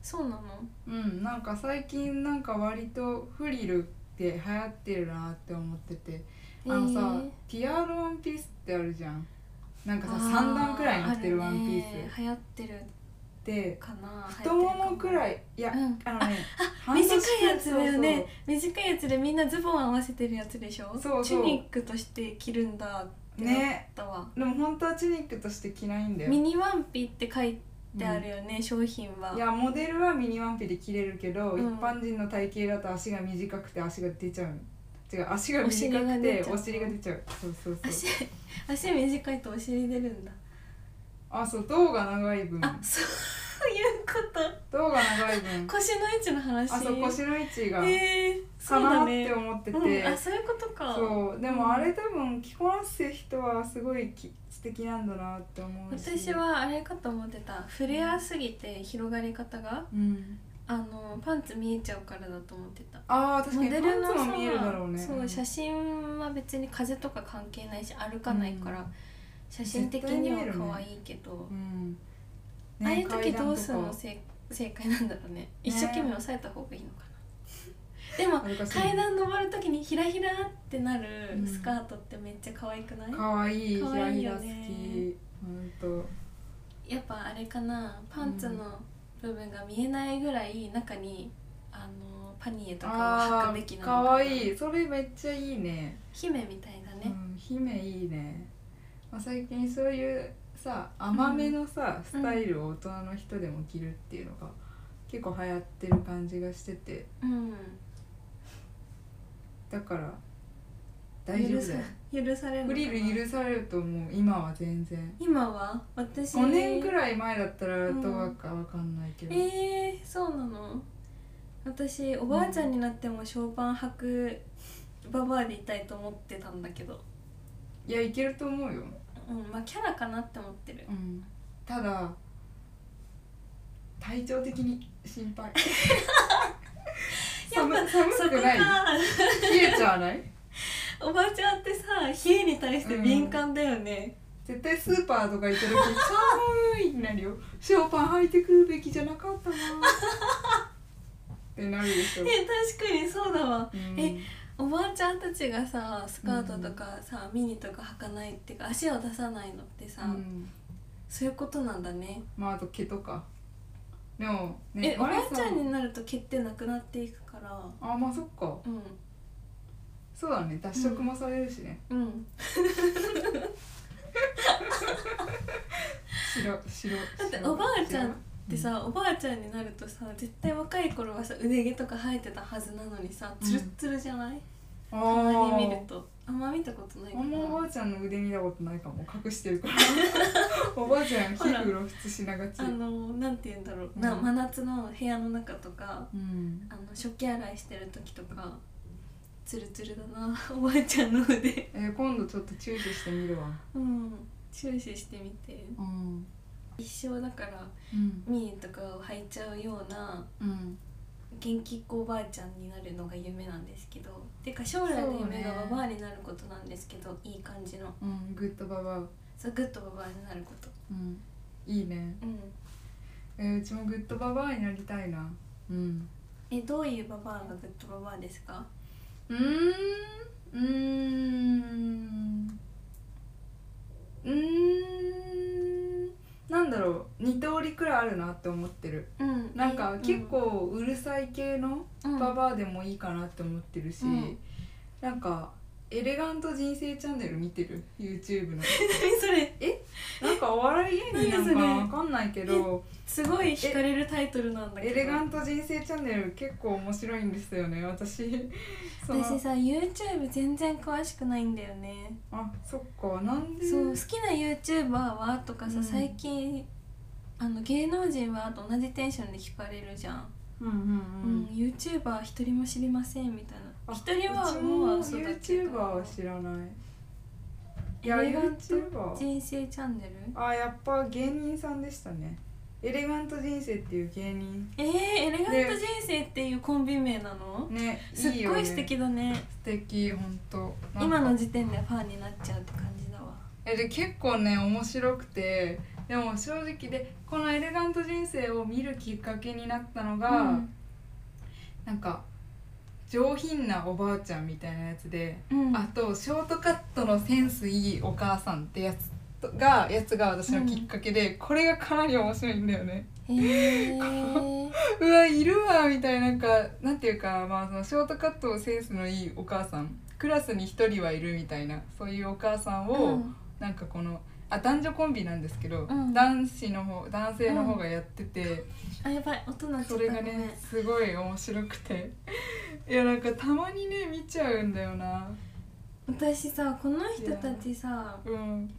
[SPEAKER 1] そうなの
[SPEAKER 2] うんなんか最近なんか割とフリルって流行ってるなって思っててあのさ、ティアールワンピースってあるじゃんなんかさ3段くらいに着てるワンピース、
[SPEAKER 1] ス流行ってる
[SPEAKER 2] で
[SPEAKER 1] かな
[SPEAKER 2] 太ももくら
[SPEAKER 1] い
[SPEAKER 2] いいや、
[SPEAKER 1] うん
[SPEAKER 2] あのね半年
[SPEAKER 1] 短いやつだよ
[SPEAKER 2] そうそう
[SPEAKER 1] ね短いやつでみんなズボン合わせてるやつでしょ
[SPEAKER 2] そうそう
[SPEAKER 1] チュニックとして着るんだってなっ
[SPEAKER 2] ね
[SPEAKER 1] たわ、
[SPEAKER 2] でも本当はチュニックとして着ないんだよ
[SPEAKER 1] ミニワンピって書いてあるよね、商品はい
[SPEAKER 2] やモデルはミニワンピで着れるけど、
[SPEAKER 1] うん
[SPEAKER 2] 一般人の体型だと足が短くて足が出ちゃう違う足が短
[SPEAKER 1] お尻が出
[SPEAKER 2] くて
[SPEAKER 1] ちゃう
[SPEAKER 2] お尻が出ちゃうそうそうそう
[SPEAKER 1] 足足短いとお尻出るんだ、
[SPEAKER 2] あそう胴が長い分
[SPEAKER 1] あそういうこと
[SPEAKER 2] 胴が長い分
[SPEAKER 1] 腰の位置の話
[SPEAKER 2] あそう腰の位置が
[SPEAKER 1] えー、そ
[SPEAKER 2] か
[SPEAKER 1] うだ
[SPEAKER 2] なっ
[SPEAKER 1] ね
[SPEAKER 2] て思ってて、
[SPEAKER 1] うん、あそういうことか
[SPEAKER 2] そうでもあれ多分着こなす人はすごいき素敵なんだなって思うし
[SPEAKER 1] 私、はあれかと思ってたフレアすぎて広がり方が
[SPEAKER 2] うん、
[SPEAKER 1] あのパンツ見えちゃうからだと思ってた
[SPEAKER 2] あー確か
[SPEAKER 1] モ
[SPEAKER 2] に
[SPEAKER 1] デルの
[SPEAKER 2] パン
[SPEAKER 1] さ
[SPEAKER 2] ツも見えるだろうね
[SPEAKER 1] そう写真は別に風とか関係ないし歩かないから、
[SPEAKER 2] うん
[SPEAKER 1] 写真的には
[SPEAKER 2] 絶対見えるね
[SPEAKER 1] 可愛いけど、
[SPEAKER 2] うん
[SPEAKER 1] ああいう時
[SPEAKER 2] 階
[SPEAKER 1] ど
[SPEAKER 2] 段と
[SPEAKER 1] う
[SPEAKER 2] か
[SPEAKER 1] するの正正解なんだろうね一生懸命抑えた方がいいのかな、でも
[SPEAKER 2] 難しい
[SPEAKER 1] 階段登る時にひらひらってなる
[SPEAKER 2] うん
[SPEAKER 1] スカートってめっちゃ可愛くない、
[SPEAKER 2] 可愛いひ
[SPEAKER 1] 可
[SPEAKER 2] ら
[SPEAKER 1] 愛い
[SPEAKER 2] ひ
[SPEAKER 1] よ
[SPEAKER 2] ら好
[SPEAKER 1] ね
[SPEAKER 2] き本当
[SPEAKER 1] やっぱあれかなパンツの部分が見えないぐらい中にあのパニエとかを履
[SPEAKER 2] あ
[SPEAKER 1] くべき
[SPEAKER 2] ー
[SPEAKER 1] なのかな
[SPEAKER 2] 可愛いそれめっちゃいいね
[SPEAKER 1] 姫みたいだ
[SPEAKER 2] う
[SPEAKER 1] ね、
[SPEAKER 2] ん姫いいねまあ最近そういうさ甘めのさスタイルを大人の人でも着るっていうのが結構流行ってる感じがしてて
[SPEAKER 1] うん、
[SPEAKER 2] だから大丈夫だよ
[SPEAKER 1] 許さ許される
[SPEAKER 2] フ
[SPEAKER 1] のか
[SPEAKER 2] リ
[SPEAKER 1] な
[SPEAKER 2] ル許されると思う今は全然
[SPEAKER 1] 今は私
[SPEAKER 2] 5年く
[SPEAKER 1] い
[SPEAKER 2] らい前だったらどうかわかんないけど
[SPEAKER 1] えー、そうなの私おばあちゃんになってもショーパン履くババアでいたいと思ってたんだけど、
[SPEAKER 2] いやいけると思うよ、
[SPEAKER 1] うん、まあキャラかなって思ってる
[SPEAKER 2] ただ体調的に心配
[SPEAKER 1] やっ
[SPEAKER 2] 寒
[SPEAKER 1] ぱそ
[SPEAKER 2] 寒
[SPEAKER 1] こ
[SPEAKER 2] く
[SPEAKER 1] か
[SPEAKER 2] ない冷えちゃわない
[SPEAKER 1] おばちゃんってさ冷えに対して敏感だよね、
[SPEAKER 2] 絶対スーパーとか行っ た時「寒い」になるよ「ショーパン履いてくるべきじゃなかったな」ってなるでし ょ、
[SPEAKER 1] え確かにそうだわ
[SPEAKER 2] うん
[SPEAKER 1] えおばあちゃんたちがさスカートとかさ、ミニとか履かないっていうか足を出さないのってさ、
[SPEAKER 2] うん
[SPEAKER 1] そういうことなんだね
[SPEAKER 2] まああと毛とかでも
[SPEAKER 1] えおばあちゃん
[SPEAKER 2] に
[SPEAKER 1] になると毛ってなくなっていくから
[SPEAKER 2] あまあそっか
[SPEAKER 1] うん
[SPEAKER 2] そうだね脱色もされるしね、
[SPEAKER 1] うん
[SPEAKER 2] 白白
[SPEAKER 1] だって
[SPEAKER 2] 白
[SPEAKER 1] おばあちゃんでさ、おばあちゃんになるとさ絶対若い頃はさ腕毛とか生えてたはずなのにさ
[SPEAKER 2] うん
[SPEAKER 1] ツルッツルじゃない、
[SPEAKER 2] た
[SPEAKER 1] たまに見
[SPEAKER 2] あ
[SPEAKER 1] るとあんま見たことない
[SPEAKER 2] ーあんまおばあちゃんの腕見たことないかも隠してるからおばあちゃん皮膚露出しながち
[SPEAKER 1] あのなんて言うんだろう、
[SPEAKER 2] うん
[SPEAKER 1] な真夏の部屋の中とか
[SPEAKER 2] うん
[SPEAKER 1] あの食器洗いしてる時とかツルツルだな おばあちゃんの腕
[SPEAKER 2] えー今度ちょっと注視してみるわ
[SPEAKER 1] うん注視してみて
[SPEAKER 2] うん
[SPEAKER 1] 一生だから
[SPEAKER 2] うん
[SPEAKER 1] ミーとかを履いちゃうような
[SPEAKER 2] うん
[SPEAKER 1] 元気っ子おばあちゃんになるのが夢なんですけどてか将来の夢が
[SPEAKER 2] そうね
[SPEAKER 1] ババアになることなんですけど、いい感じの
[SPEAKER 2] うんグッドババア
[SPEAKER 1] そうグッドババアになること
[SPEAKER 2] うんいいね
[SPEAKER 1] うん
[SPEAKER 2] えーうちもグッドババアになりたいなうん
[SPEAKER 1] えどういうババアがグッドババアですか
[SPEAKER 2] うーんうーんうーんなんだろう2通りくらいあるなって思ってる
[SPEAKER 1] うん
[SPEAKER 2] なんか結構うるさい系のバ
[SPEAKER 1] ア
[SPEAKER 2] バアでもいいかなって思ってるし、
[SPEAKER 1] うん
[SPEAKER 2] なんかエレガント人生チャンネル見てる YouTube の
[SPEAKER 1] それ
[SPEAKER 2] なんかお笑い芸人なのかな
[SPEAKER 1] 何
[SPEAKER 2] わかんないけど
[SPEAKER 1] すごい惹かれるタイトルなんだけど
[SPEAKER 2] エレガント人生チャンネル結構面白いんですよね私その
[SPEAKER 1] 私さ YouTube 全然詳しくないんだよね、
[SPEAKER 2] あそっかなんで
[SPEAKER 1] そう好きな YouTuber はとかさ、
[SPEAKER 2] うん
[SPEAKER 1] 最近あの芸能人はと同じテンションで聞かれるじゃん、
[SPEAKER 2] うんうん
[SPEAKER 1] う
[SPEAKER 2] うんん、
[SPEAKER 1] YouTuber 一人も知りませんみたいな
[SPEAKER 2] あ
[SPEAKER 1] 一人は
[SPEAKER 2] うちも
[SPEAKER 1] うそうだけど
[SPEAKER 2] YouTuber は知らないいや
[SPEAKER 1] エレガント
[SPEAKER 2] YouTuber
[SPEAKER 1] 人生チャンネル
[SPEAKER 2] あやっぱ芸人さんでしたねエレガント人生っていう芸人
[SPEAKER 1] えー、エレガント人生っていうコンビ名なの
[SPEAKER 2] ね
[SPEAKER 1] すっ
[SPEAKER 2] いよ
[SPEAKER 1] ご
[SPEAKER 2] ね
[SPEAKER 1] い素敵だね
[SPEAKER 2] 素敵本当
[SPEAKER 1] 今の時点でファンになっちゃうって感じだわ
[SPEAKER 2] えで結構ね面白くてでも正直でこの「エレガント人生」を見るきっかけになったのが、
[SPEAKER 1] うん
[SPEAKER 2] なんか上品なおばあちゃんみたいなやつで、
[SPEAKER 1] うん
[SPEAKER 2] あとショートカットのセンスいいお母さんってやつとがやつが私のきっかけで、これがかなり面白いんだよね。
[SPEAKER 1] へえー、
[SPEAKER 2] うわいるわみたいななんかなんていうか、まあ、そのショートカットセンスのいいお母さんクラスに一人はいるみたいなそういうお母さんを、
[SPEAKER 1] うん
[SPEAKER 2] なんかこのあ男女コンビなんですけど、
[SPEAKER 1] うん
[SPEAKER 2] 男子の方男性の方がやってて。
[SPEAKER 1] あやばい音鳴っちゃ
[SPEAKER 2] そ
[SPEAKER 1] っ
[SPEAKER 2] れ
[SPEAKER 1] た
[SPEAKER 2] が
[SPEAKER 1] ごめん
[SPEAKER 2] ねすごい面白くていやなんかたまにね見ちゃうんだよな
[SPEAKER 1] 私さこの人たちさ
[SPEAKER 2] うん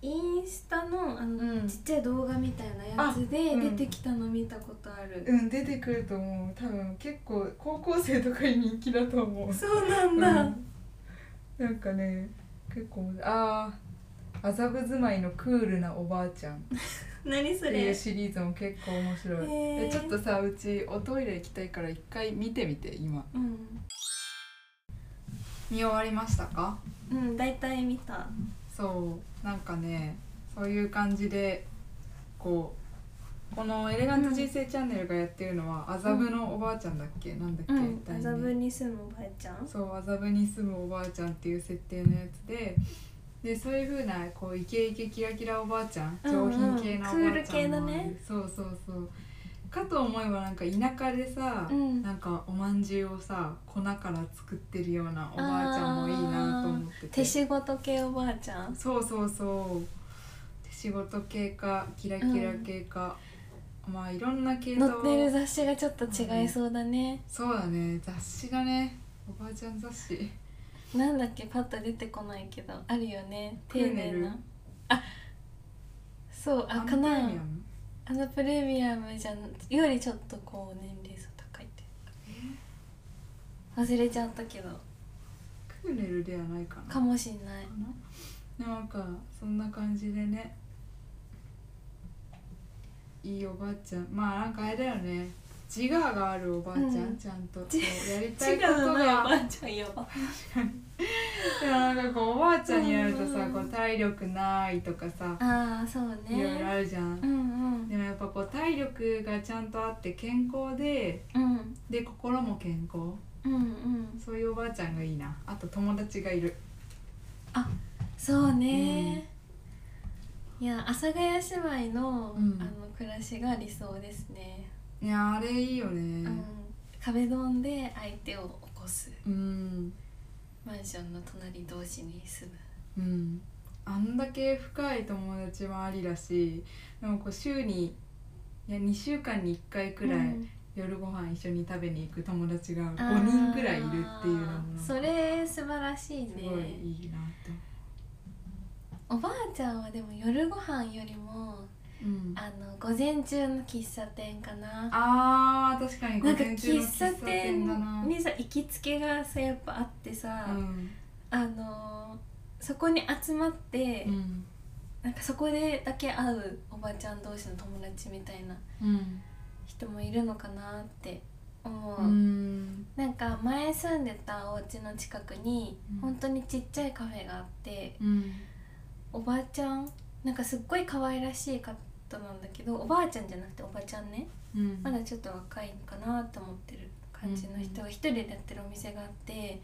[SPEAKER 1] インスタのあの、
[SPEAKER 2] うん
[SPEAKER 1] ちっちゃい動画みたいなやつで
[SPEAKER 2] あうん
[SPEAKER 1] 出てきたの見たことある、
[SPEAKER 2] うん出てくると思う多分結構高校生とかに人気だと思う
[SPEAKER 1] そうなん
[SPEAKER 2] うん
[SPEAKER 1] だ、
[SPEAKER 2] なんかね結構面白いあー麻布住まいのクールなおばあちゃんっ
[SPEAKER 1] 何そ
[SPEAKER 2] ていう
[SPEAKER 1] れ
[SPEAKER 2] シリーズも結構面白い、
[SPEAKER 1] へー
[SPEAKER 2] でちょっとさうちおトイレ行きたいから一回見てみて今
[SPEAKER 1] うん、
[SPEAKER 2] 見終わりましたか
[SPEAKER 1] うん、大体見た
[SPEAKER 2] そうなんかねそういう感じでこうこの「エレガント人生チャンネル」がやってるのは麻布のおばあちゃんだっけなんだっけ
[SPEAKER 1] うん
[SPEAKER 2] 題名
[SPEAKER 1] 麻布に住むおばあちゃん
[SPEAKER 2] そう麻布に住むおばあちゃんっていう設定のやつででそういう風なこうイケイケキラキラおばあちゃん
[SPEAKER 1] うん
[SPEAKER 2] 上
[SPEAKER 1] うん
[SPEAKER 2] 品系なおばあ
[SPEAKER 1] クール
[SPEAKER 2] ちゃ
[SPEAKER 1] 系
[SPEAKER 2] ん
[SPEAKER 1] だ
[SPEAKER 2] もある
[SPEAKER 1] ね
[SPEAKER 2] そうそうそうかと思えばなんか田舎でさ、
[SPEAKER 1] うん
[SPEAKER 2] なんかおまんじゅうをさ粉から作ってるようなおばあちゃんもいいなと思ってて
[SPEAKER 1] 手仕事系おばあちゃん
[SPEAKER 2] そうそうそう手仕事系かキラキラ系か、まあいろんな系
[SPEAKER 1] 載ってる
[SPEAKER 2] 統
[SPEAKER 1] 雑誌がちょっと違いそうだね、
[SPEAKER 2] そうだね雑誌だねおばあちゃん雑誌
[SPEAKER 1] なんだっけパッと出てこないけどあるよね
[SPEAKER 2] ク
[SPEAKER 1] 丁
[SPEAKER 2] ーネル
[SPEAKER 1] 寧なあそうあ
[SPEAKER 2] アン
[SPEAKER 1] か
[SPEAKER 2] プレミア
[SPEAKER 1] な
[SPEAKER 2] ム
[SPEAKER 1] あのプレミアムじゃんよりちょっとこう年齢層高いって忘れちゃったけど
[SPEAKER 2] クーレルではないかな
[SPEAKER 1] かもしんない
[SPEAKER 2] かななんかそんな感じでねいいおばあちゃんまあなんかあれだよね自我があるおばあちゃん、
[SPEAKER 1] うん
[SPEAKER 2] ちゃんとこ
[SPEAKER 1] じ
[SPEAKER 2] うやりた
[SPEAKER 1] 違
[SPEAKER 2] いこと
[SPEAKER 1] うないおば
[SPEAKER 2] が
[SPEAKER 1] あちゃんやば
[SPEAKER 2] でもなんかこうおばあちゃんにやるとさ、
[SPEAKER 1] うん
[SPEAKER 2] こう体力ないとかさ、
[SPEAKER 1] ああそう
[SPEAKER 2] いろいろあ
[SPEAKER 1] ね
[SPEAKER 2] るじゃん
[SPEAKER 1] う、ん
[SPEAKER 2] でもやっぱこう体力がちゃんとあって健康で
[SPEAKER 1] うんうん
[SPEAKER 2] で心も健康
[SPEAKER 1] うんうん
[SPEAKER 2] そういうおばあちゃんがいいなあと友達がいる
[SPEAKER 1] そうね、いや阿佐ヶ谷姉妹の、
[SPEAKER 2] うん
[SPEAKER 1] あの暮らしが理想ですね、
[SPEAKER 2] いやあれいいよ
[SPEAKER 1] う
[SPEAKER 2] ね
[SPEAKER 1] ん、壁ドンで相手を起こす
[SPEAKER 2] うん
[SPEAKER 1] マンションの隣同士に住む
[SPEAKER 2] うんあんだけ深い友達もありだしでもこう週にいや2週間に1回くらい、
[SPEAKER 1] うん
[SPEAKER 2] 夜ご飯一緒に食べに行く友達が5人くらいいるっていうのもなん
[SPEAKER 1] あー
[SPEAKER 2] か
[SPEAKER 1] それ素晴らしい
[SPEAKER 2] すごい
[SPEAKER 1] ね
[SPEAKER 2] いいなと、
[SPEAKER 1] おばあちゃんはでも夜ご飯よりも
[SPEAKER 2] うん、
[SPEAKER 1] あの午前中の喫茶店かな
[SPEAKER 2] あー確かに
[SPEAKER 1] なん
[SPEAKER 2] 午
[SPEAKER 1] か
[SPEAKER 2] 前中の
[SPEAKER 1] 喫
[SPEAKER 2] 喫
[SPEAKER 1] 茶
[SPEAKER 2] 茶
[SPEAKER 1] 店
[SPEAKER 2] 店だな
[SPEAKER 1] にさ行きつけがさやっぱあってさ、
[SPEAKER 2] うん
[SPEAKER 1] あのーそこに集まって、
[SPEAKER 2] うん
[SPEAKER 1] なんかそこでだけ会うおばちゃん同士の友達みたいな
[SPEAKER 2] うん
[SPEAKER 1] 人もいるのかなって思う、
[SPEAKER 2] うん
[SPEAKER 1] なんか前住んでたお家の近くに
[SPEAKER 2] うん
[SPEAKER 1] 本当にちっちゃいカフェがあって
[SPEAKER 2] うん
[SPEAKER 1] おばちゃんなんかすっごい可愛らしい方なんだけどおばあちゃんじゃなくておばちゃんね
[SPEAKER 2] うん
[SPEAKER 1] まだちょっと若いのかなと思ってる感じの人が一人でやってるお店があって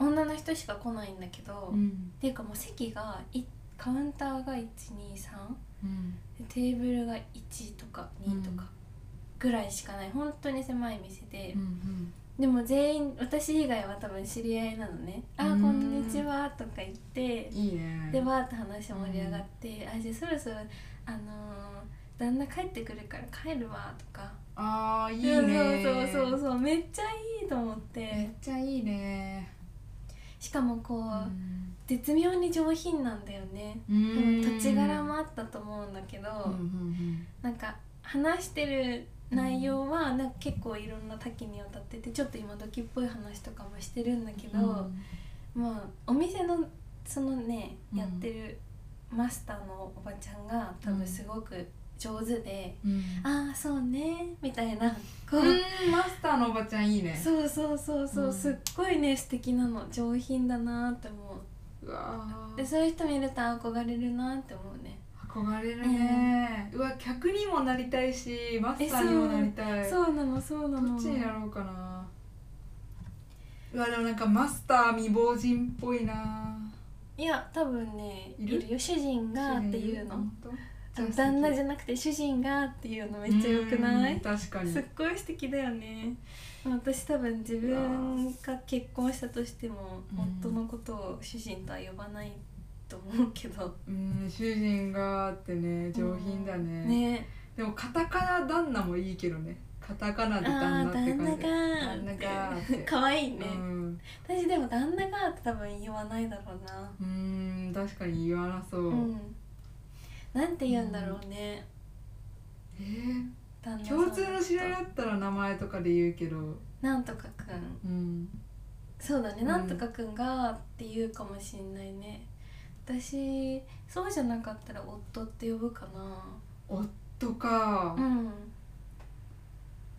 [SPEAKER 2] うん
[SPEAKER 1] 女の人しか来ないんだけど、
[SPEAKER 2] う
[SPEAKER 1] っ
[SPEAKER 2] ん
[SPEAKER 1] ていうかもう席がいカウンターが123
[SPEAKER 2] うん
[SPEAKER 1] でテーブルが1とか2とかぐらいしかない本当に狭い店で、
[SPEAKER 2] うん
[SPEAKER 1] でも全員私以外は多分知り合いなのね「あー
[SPEAKER 2] うん
[SPEAKER 1] こんにちは」とか言って
[SPEAKER 2] いいね
[SPEAKER 1] でわーって話盛り上がって「あじゃあそろそろあのー旦那帰ってくるから帰るわ」とか
[SPEAKER 2] あーいいね
[SPEAKER 1] そうそうそうそうめっちゃいいと思って、
[SPEAKER 2] めっちゃいいね
[SPEAKER 1] しかもこう、
[SPEAKER 2] うん
[SPEAKER 1] 絶妙に上品なんだよね、でも土地柄もあったと思うんだけど、
[SPEAKER 2] うんうん
[SPEAKER 1] なんか話してる内容はなんか結構いろんな多岐にわたっててちょっと今時っぽい話とかもしてるんだけ
[SPEAKER 2] う
[SPEAKER 1] ど、
[SPEAKER 2] ん
[SPEAKER 1] まあお店のそのね
[SPEAKER 2] うん
[SPEAKER 1] やってるマスターのおばちゃんが多分すごく上手で
[SPEAKER 2] うん
[SPEAKER 1] 「ああそうね」みたいなこう、
[SPEAKER 2] うんマスターのおばちゃんいいね
[SPEAKER 1] そうそうそうそう、
[SPEAKER 2] うん
[SPEAKER 1] すっごいね素敵なの上品だなって思
[SPEAKER 2] うわ
[SPEAKER 1] うで
[SPEAKER 2] ー
[SPEAKER 1] そういう人見ると憧れるなって思うね、
[SPEAKER 2] 憧れるねうわ客にもなりたいしマスターにもなりたい
[SPEAKER 1] そうなのそうな
[SPEAKER 2] ど
[SPEAKER 1] の
[SPEAKER 2] っちになろうかなうわでもなんかマスター未亡人っぽいない
[SPEAKER 1] や多分ねい
[SPEAKER 2] い
[SPEAKER 1] る
[SPEAKER 2] る
[SPEAKER 1] よ主人がっていうの
[SPEAKER 2] 本当
[SPEAKER 1] あの旦那じ
[SPEAKER 2] ゃ
[SPEAKER 1] ゃなくて主人がっていうのめっちゃ良くない
[SPEAKER 2] 確かに
[SPEAKER 1] すっごい素敵だよね私多分自分が結婚したとしても
[SPEAKER 2] うん
[SPEAKER 1] 夫のことを主人とは呼ばないと思うけど
[SPEAKER 2] うん主人がってね上品だね
[SPEAKER 1] ね
[SPEAKER 2] でもカタカナ旦那もいいけどねカタカナ
[SPEAKER 1] あ
[SPEAKER 2] で旦那
[SPEAKER 1] ー
[SPEAKER 2] って
[SPEAKER 1] 旦那が
[SPEAKER 2] 感じ
[SPEAKER 1] ー
[SPEAKER 2] 旦那がー
[SPEAKER 1] っ
[SPEAKER 2] ってて
[SPEAKER 1] 可愛いね、
[SPEAKER 2] うん
[SPEAKER 1] 私でも旦那がーって多分言わないだろうな
[SPEAKER 2] うーん確かに言わなそう、
[SPEAKER 1] うんなんて言うんだろうね、
[SPEAKER 2] えー
[SPEAKER 1] 旦那さん
[SPEAKER 2] 共通の知り合いだったら名前とかで言うけど
[SPEAKER 1] なんとかくん
[SPEAKER 2] うん
[SPEAKER 1] そうだね、
[SPEAKER 2] うん
[SPEAKER 1] なんとかくんがって言うかもしんないね私そうじゃなかったら夫って呼ぶかな
[SPEAKER 2] 夫か、
[SPEAKER 1] うん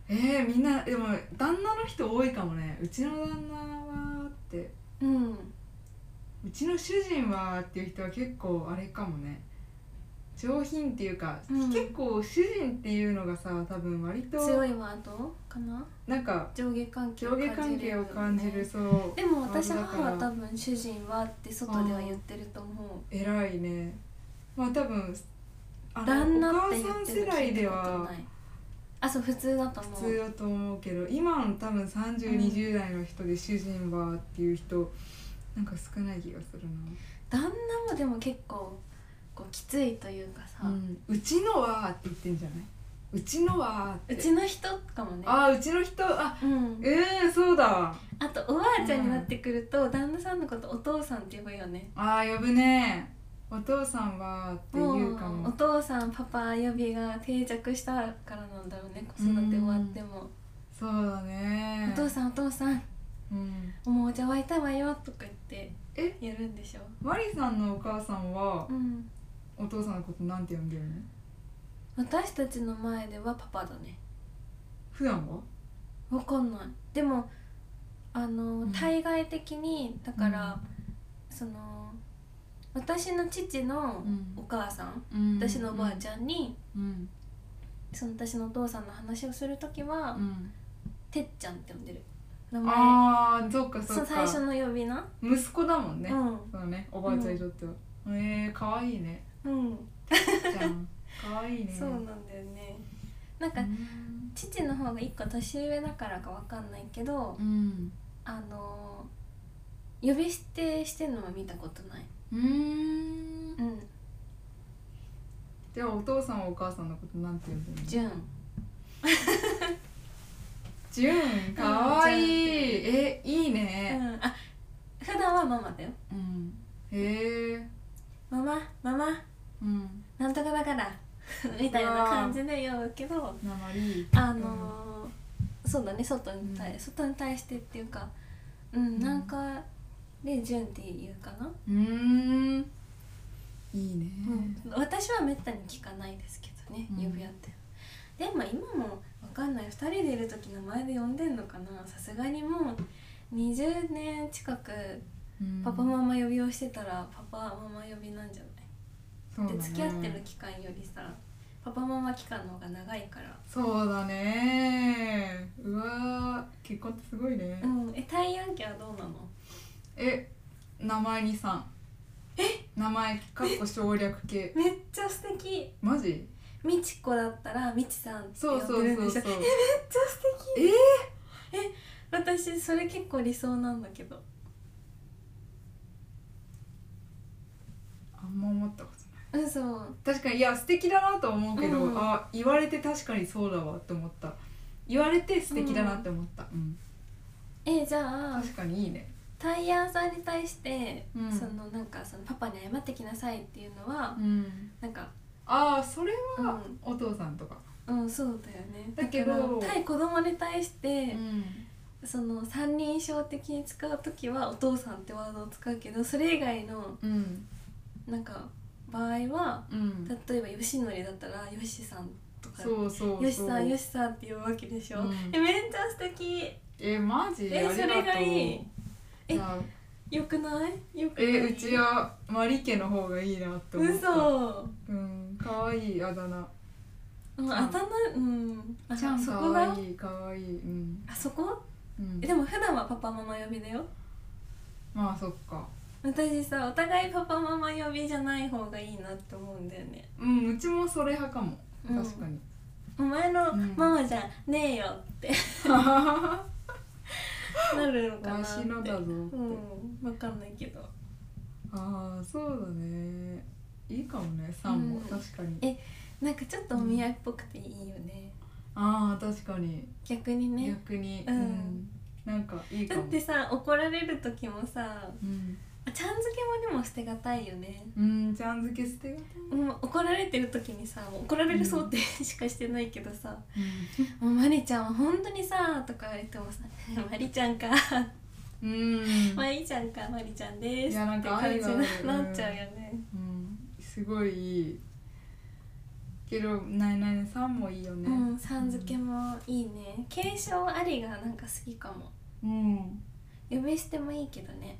[SPEAKER 2] えー、みんなでも旦那の人多いかもねうちの旦那はって
[SPEAKER 1] うん
[SPEAKER 2] うちの主人はっていう人は結構あれかもね上品っていうか、
[SPEAKER 1] うん
[SPEAKER 2] 結構主人っていうのがさ多分割と
[SPEAKER 1] 強いワードかな
[SPEAKER 2] なんか
[SPEAKER 1] 上下関係
[SPEAKER 2] 上下関係を感じる
[SPEAKER 1] ね
[SPEAKER 2] そう
[SPEAKER 1] でも私の
[SPEAKER 2] だか
[SPEAKER 1] 母
[SPEAKER 2] ら
[SPEAKER 1] は多分主人はって外では言ってると思
[SPEAKER 2] 偉いねまあ多分あ
[SPEAKER 1] う
[SPEAKER 2] の
[SPEAKER 1] 旦
[SPEAKER 2] お
[SPEAKER 1] 那っ
[SPEAKER 2] 母
[SPEAKER 1] て言
[SPEAKER 2] さん
[SPEAKER 1] ってる
[SPEAKER 2] 世
[SPEAKER 1] の聞
[SPEAKER 2] 代
[SPEAKER 1] い
[SPEAKER 2] で
[SPEAKER 1] たこと
[SPEAKER 2] は
[SPEAKER 1] ないあそう普通だと思
[SPEAKER 2] 普
[SPEAKER 1] う
[SPEAKER 2] 通だと思うけど今の多分
[SPEAKER 1] うん
[SPEAKER 2] 3020代の人で主人はっていう人なんか少ない気がする
[SPEAKER 1] 旦那もでも結構こうきついというかさ、
[SPEAKER 2] な、うんうちのはって言ってんじゃないうちのはって
[SPEAKER 1] うちの人かもね
[SPEAKER 2] あーうちの人あ
[SPEAKER 1] うん
[SPEAKER 2] ええそうだわ
[SPEAKER 1] あとおばあちゃんになってくると、旦那さんのことお父さんって呼ぶよね
[SPEAKER 2] あー呼ぶねお父さんはって
[SPEAKER 1] も
[SPEAKER 2] 言うか
[SPEAKER 1] うお
[SPEAKER 2] も
[SPEAKER 1] 父さんパパ呼びが定着したからなんだろうね子育て終わっても、
[SPEAKER 2] そうだね
[SPEAKER 1] お父さんお父さん
[SPEAKER 2] うん
[SPEAKER 1] 「もうお茶沸いたわよ」とか言っ
[SPEAKER 2] え
[SPEAKER 1] てやるんでしょ、
[SPEAKER 2] マリさんのお母さんは
[SPEAKER 1] うん、
[SPEAKER 2] お父さんのことなんて呼んでるの
[SPEAKER 1] 私たちの前ではパパだね
[SPEAKER 2] 普段は
[SPEAKER 1] わかんないでもあの、
[SPEAKER 2] ん
[SPEAKER 1] 対外的にだから、その私の父の
[SPEAKER 2] うん
[SPEAKER 1] お母さん、
[SPEAKER 2] うん
[SPEAKER 1] 私のおばあちゃんに、
[SPEAKER 2] うん
[SPEAKER 1] その私のお父さんの話をする時は、
[SPEAKER 2] うん
[SPEAKER 1] てっちゃんって呼んでる名前
[SPEAKER 2] ああそっか
[SPEAKER 1] そ
[SPEAKER 2] そ
[SPEAKER 1] の
[SPEAKER 2] っ
[SPEAKER 1] 最初
[SPEAKER 2] か
[SPEAKER 1] の呼び名、
[SPEAKER 2] 息子だもんね
[SPEAKER 1] うん
[SPEAKER 2] そうねおばあちゃんにとってはえー可愛いね
[SPEAKER 1] うん、
[SPEAKER 2] ちゃん可愛いね
[SPEAKER 1] そうなんだよねなんか、
[SPEAKER 2] うん
[SPEAKER 1] 父の方が1個年上だからかわかんないけど、
[SPEAKER 2] うん
[SPEAKER 1] あの呼び捨てしてんのは見たことない、
[SPEAKER 2] うん
[SPEAKER 1] うん、
[SPEAKER 2] じゃあお父さんはお母さんのことなんて呼んでるの
[SPEAKER 1] じゅん
[SPEAKER 2] じゅんかわいいえいいうね
[SPEAKER 1] ん、あ普段はママだよ
[SPEAKER 2] うんへえ
[SPEAKER 1] ママママ
[SPEAKER 2] うん
[SPEAKER 1] なんとかだから みたいな感じで呼ぶけど
[SPEAKER 2] なまり
[SPEAKER 1] あのーそうだね外に対、
[SPEAKER 2] うん
[SPEAKER 1] 外に対してっていうかうんなんかで「純」って言うかな、
[SPEAKER 2] うんいいね
[SPEAKER 1] 私はめったに聞かないですけどね
[SPEAKER 2] うん
[SPEAKER 1] 呼び合って、でも今もわかんない2人でいる時名前で呼んでんのかなさすがにもう20年近く
[SPEAKER 2] うん
[SPEAKER 1] パパママ呼びをしてたらパパママ呼びなんじゃない
[SPEAKER 2] そうだ
[SPEAKER 1] で
[SPEAKER 2] ね
[SPEAKER 1] 付き合ってる期間よりさパパママ期間の方が長いから、
[SPEAKER 2] そうだねうわー結婚ってすごいね
[SPEAKER 1] うん、え太陽期はどうなの
[SPEAKER 2] え名前にさんえ名前かっこ省 略系
[SPEAKER 1] めっちゃ素敵
[SPEAKER 2] マジ
[SPEAKER 1] みちこだったらみちさんって
[SPEAKER 2] そ
[SPEAKER 1] 呼
[SPEAKER 2] うん
[SPEAKER 1] で
[SPEAKER 2] そう
[SPEAKER 1] るん
[SPEAKER 2] そう
[SPEAKER 1] で
[SPEAKER 2] そ
[SPEAKER 1] しょ
[SPEAKER 2] う
[SPEAKER 1] めっちゃ素敵
[SPEAKER 2] え
[SPEAKER 1] 私それ結構理想なんだけど
[SPEAKER 2] あんま思ったことない
[SPEAKER 1] 嘘
[SPEAKER 2] 確かにいや素敵だなとは思うけど、
[SPEAKER 1] うん
[SPEAKER 2] あ言われて確かにそうだわって思った言われて素敵だなって思った、うん
[SPEAKER 1] えじゃあ
[SPEAKER 2] 確かにいいね
[SPEAKER 1] タイヤーさんに対して、
[SPEAKER 2] うん
[SPEAKER 1] そのなんかそのパパに謝ってきなさいっていうのは、
[SPEAKER 2] うん
[SPEAKER 1] なんか
[SPEAKER 2] ああそれは
[SPEAKER 1] うん
[SPEAKER 2] お父さんとか
[SPEAKER 1] うんそうだよね
[SPEAKER 2] だけど
[SPEAKER 1] から対子供に対して
[SPEAKER 2] う、ん
[SPEAKER 1] その三人称的に使う時はお父さんってワードを使うけどそれ以外の
[SPEAKER 2] うん
[SPEAKER 1] なんか場合は
[SPEAKER 2] うん
[SPEAKER 1] 例えばよしのりだったらよしさんとか
[SPEAKER 2] そうそうそう
[SPEAKER 1] よしさんよしさんって呼ぶわけでしょ、
[SPEAKER 2] うん
[SPEAKER 1] えめっちゃ素敵
[SPEAKER 2] えマジ
[SPEAKER 1] え
[SPEAKER 2] ありが
[SPEAKER 1] そ
[SPEAKER 2] とう
[SPEAKER 1] れがいいえ
[SPEAKER 2] じゃあ
[SPEAKER 1] よくないよくない
[SPEAKER 2] えうちはマリ家の方がいいなって思った
[SPEAKER 1] 嘘
[SPEAKER 2] うん可愛いあだ名
[SPEAKER 1] うん
[SPEAKER 2] ちゃん
[SPEAKER 1] あだ名うんあ
[SPEAKER 2] ちゃん
[SPEAKER 1] そこ
[SPEAKER 2] 可
[SPEAKER 1] が
[SPEAKER 2] 愛い可愛いうん、
[SPEAKER 1] あそこ
[SPEAKER 2] うん
[SPEAKER 1] え、でも普段はパパママ呼びだよ
[SPEAKER 2] まあそっか
[SPEAKER 1] 私さお互いパパママ呼びじゃない方がいいなって思うんだよね
[SPEAKER 2] うんうちもそれ派かも
[SPEAKER 1] うん
[SPEAKER 2] 確かに、
[SPEAKER 1] お前の
[SPEAKER 2] うん
[SPEAKER 1] ママじゃねえよって なるのかなって
[SPEAKER 2] わしのだぞって
[SPEAKER 1] うんわかんないけど
[SPEAKER 2] ああそうだねいいかもねさんも、
[SPEAKER 1] うん
[SPEAKER 2] 確かに
[SPEAKER 1] えなんかちょっとお見合いっぽくていいよね、
[SPEAKER 2] ああ確かに、
[SPEAKER 1] 逆にね
[SPEAKER 2] 逆に、
[SPEAKER 1] うん
[SPEAKER 2] なんかいいか
[SPEAKER 1] だっ
[SPEAKER 2] も
[SPEAKER 1] てさ怒られる時もさ
[SPEAKER 2] うん、
[SPEAKER 1] あちゃん付けもでも捨てがたいよね
[SPEAKER 2] うん、ちゃん付け捨てがたい、
[SPEAKER 1] もう怒られてる時にさもう怒られる想定しかしてないけどさ「もうマリちゃんは本当にさ」とか言われてもさ 「マリちゃんか
[SPEAKER 2] うん
[SPEAKER 1] マリちゃんかマリちゃんです」
[SPEAKER 2] いやな
[SPEAKER 1] っ
[SPEAKER 2] ん
[SPEAKER 1] て
[SPEAKER 2] か
[SPEAKER 1] 感じ
[SPEAKER 2] 愛があ
[SPEAKER 1] に
[SPEAKER 2] る
[SPEAKER 1] なっちゃうよね
[SPEAKER 2] うん、すごいいいけどないないないさんもいいよね
[SPEAKER 1] うんさん付けもいいね継承ありがなんか好きかも
[SPEAKER 2] うん
[SPEAKER 1] 呼び捨てもいいけどね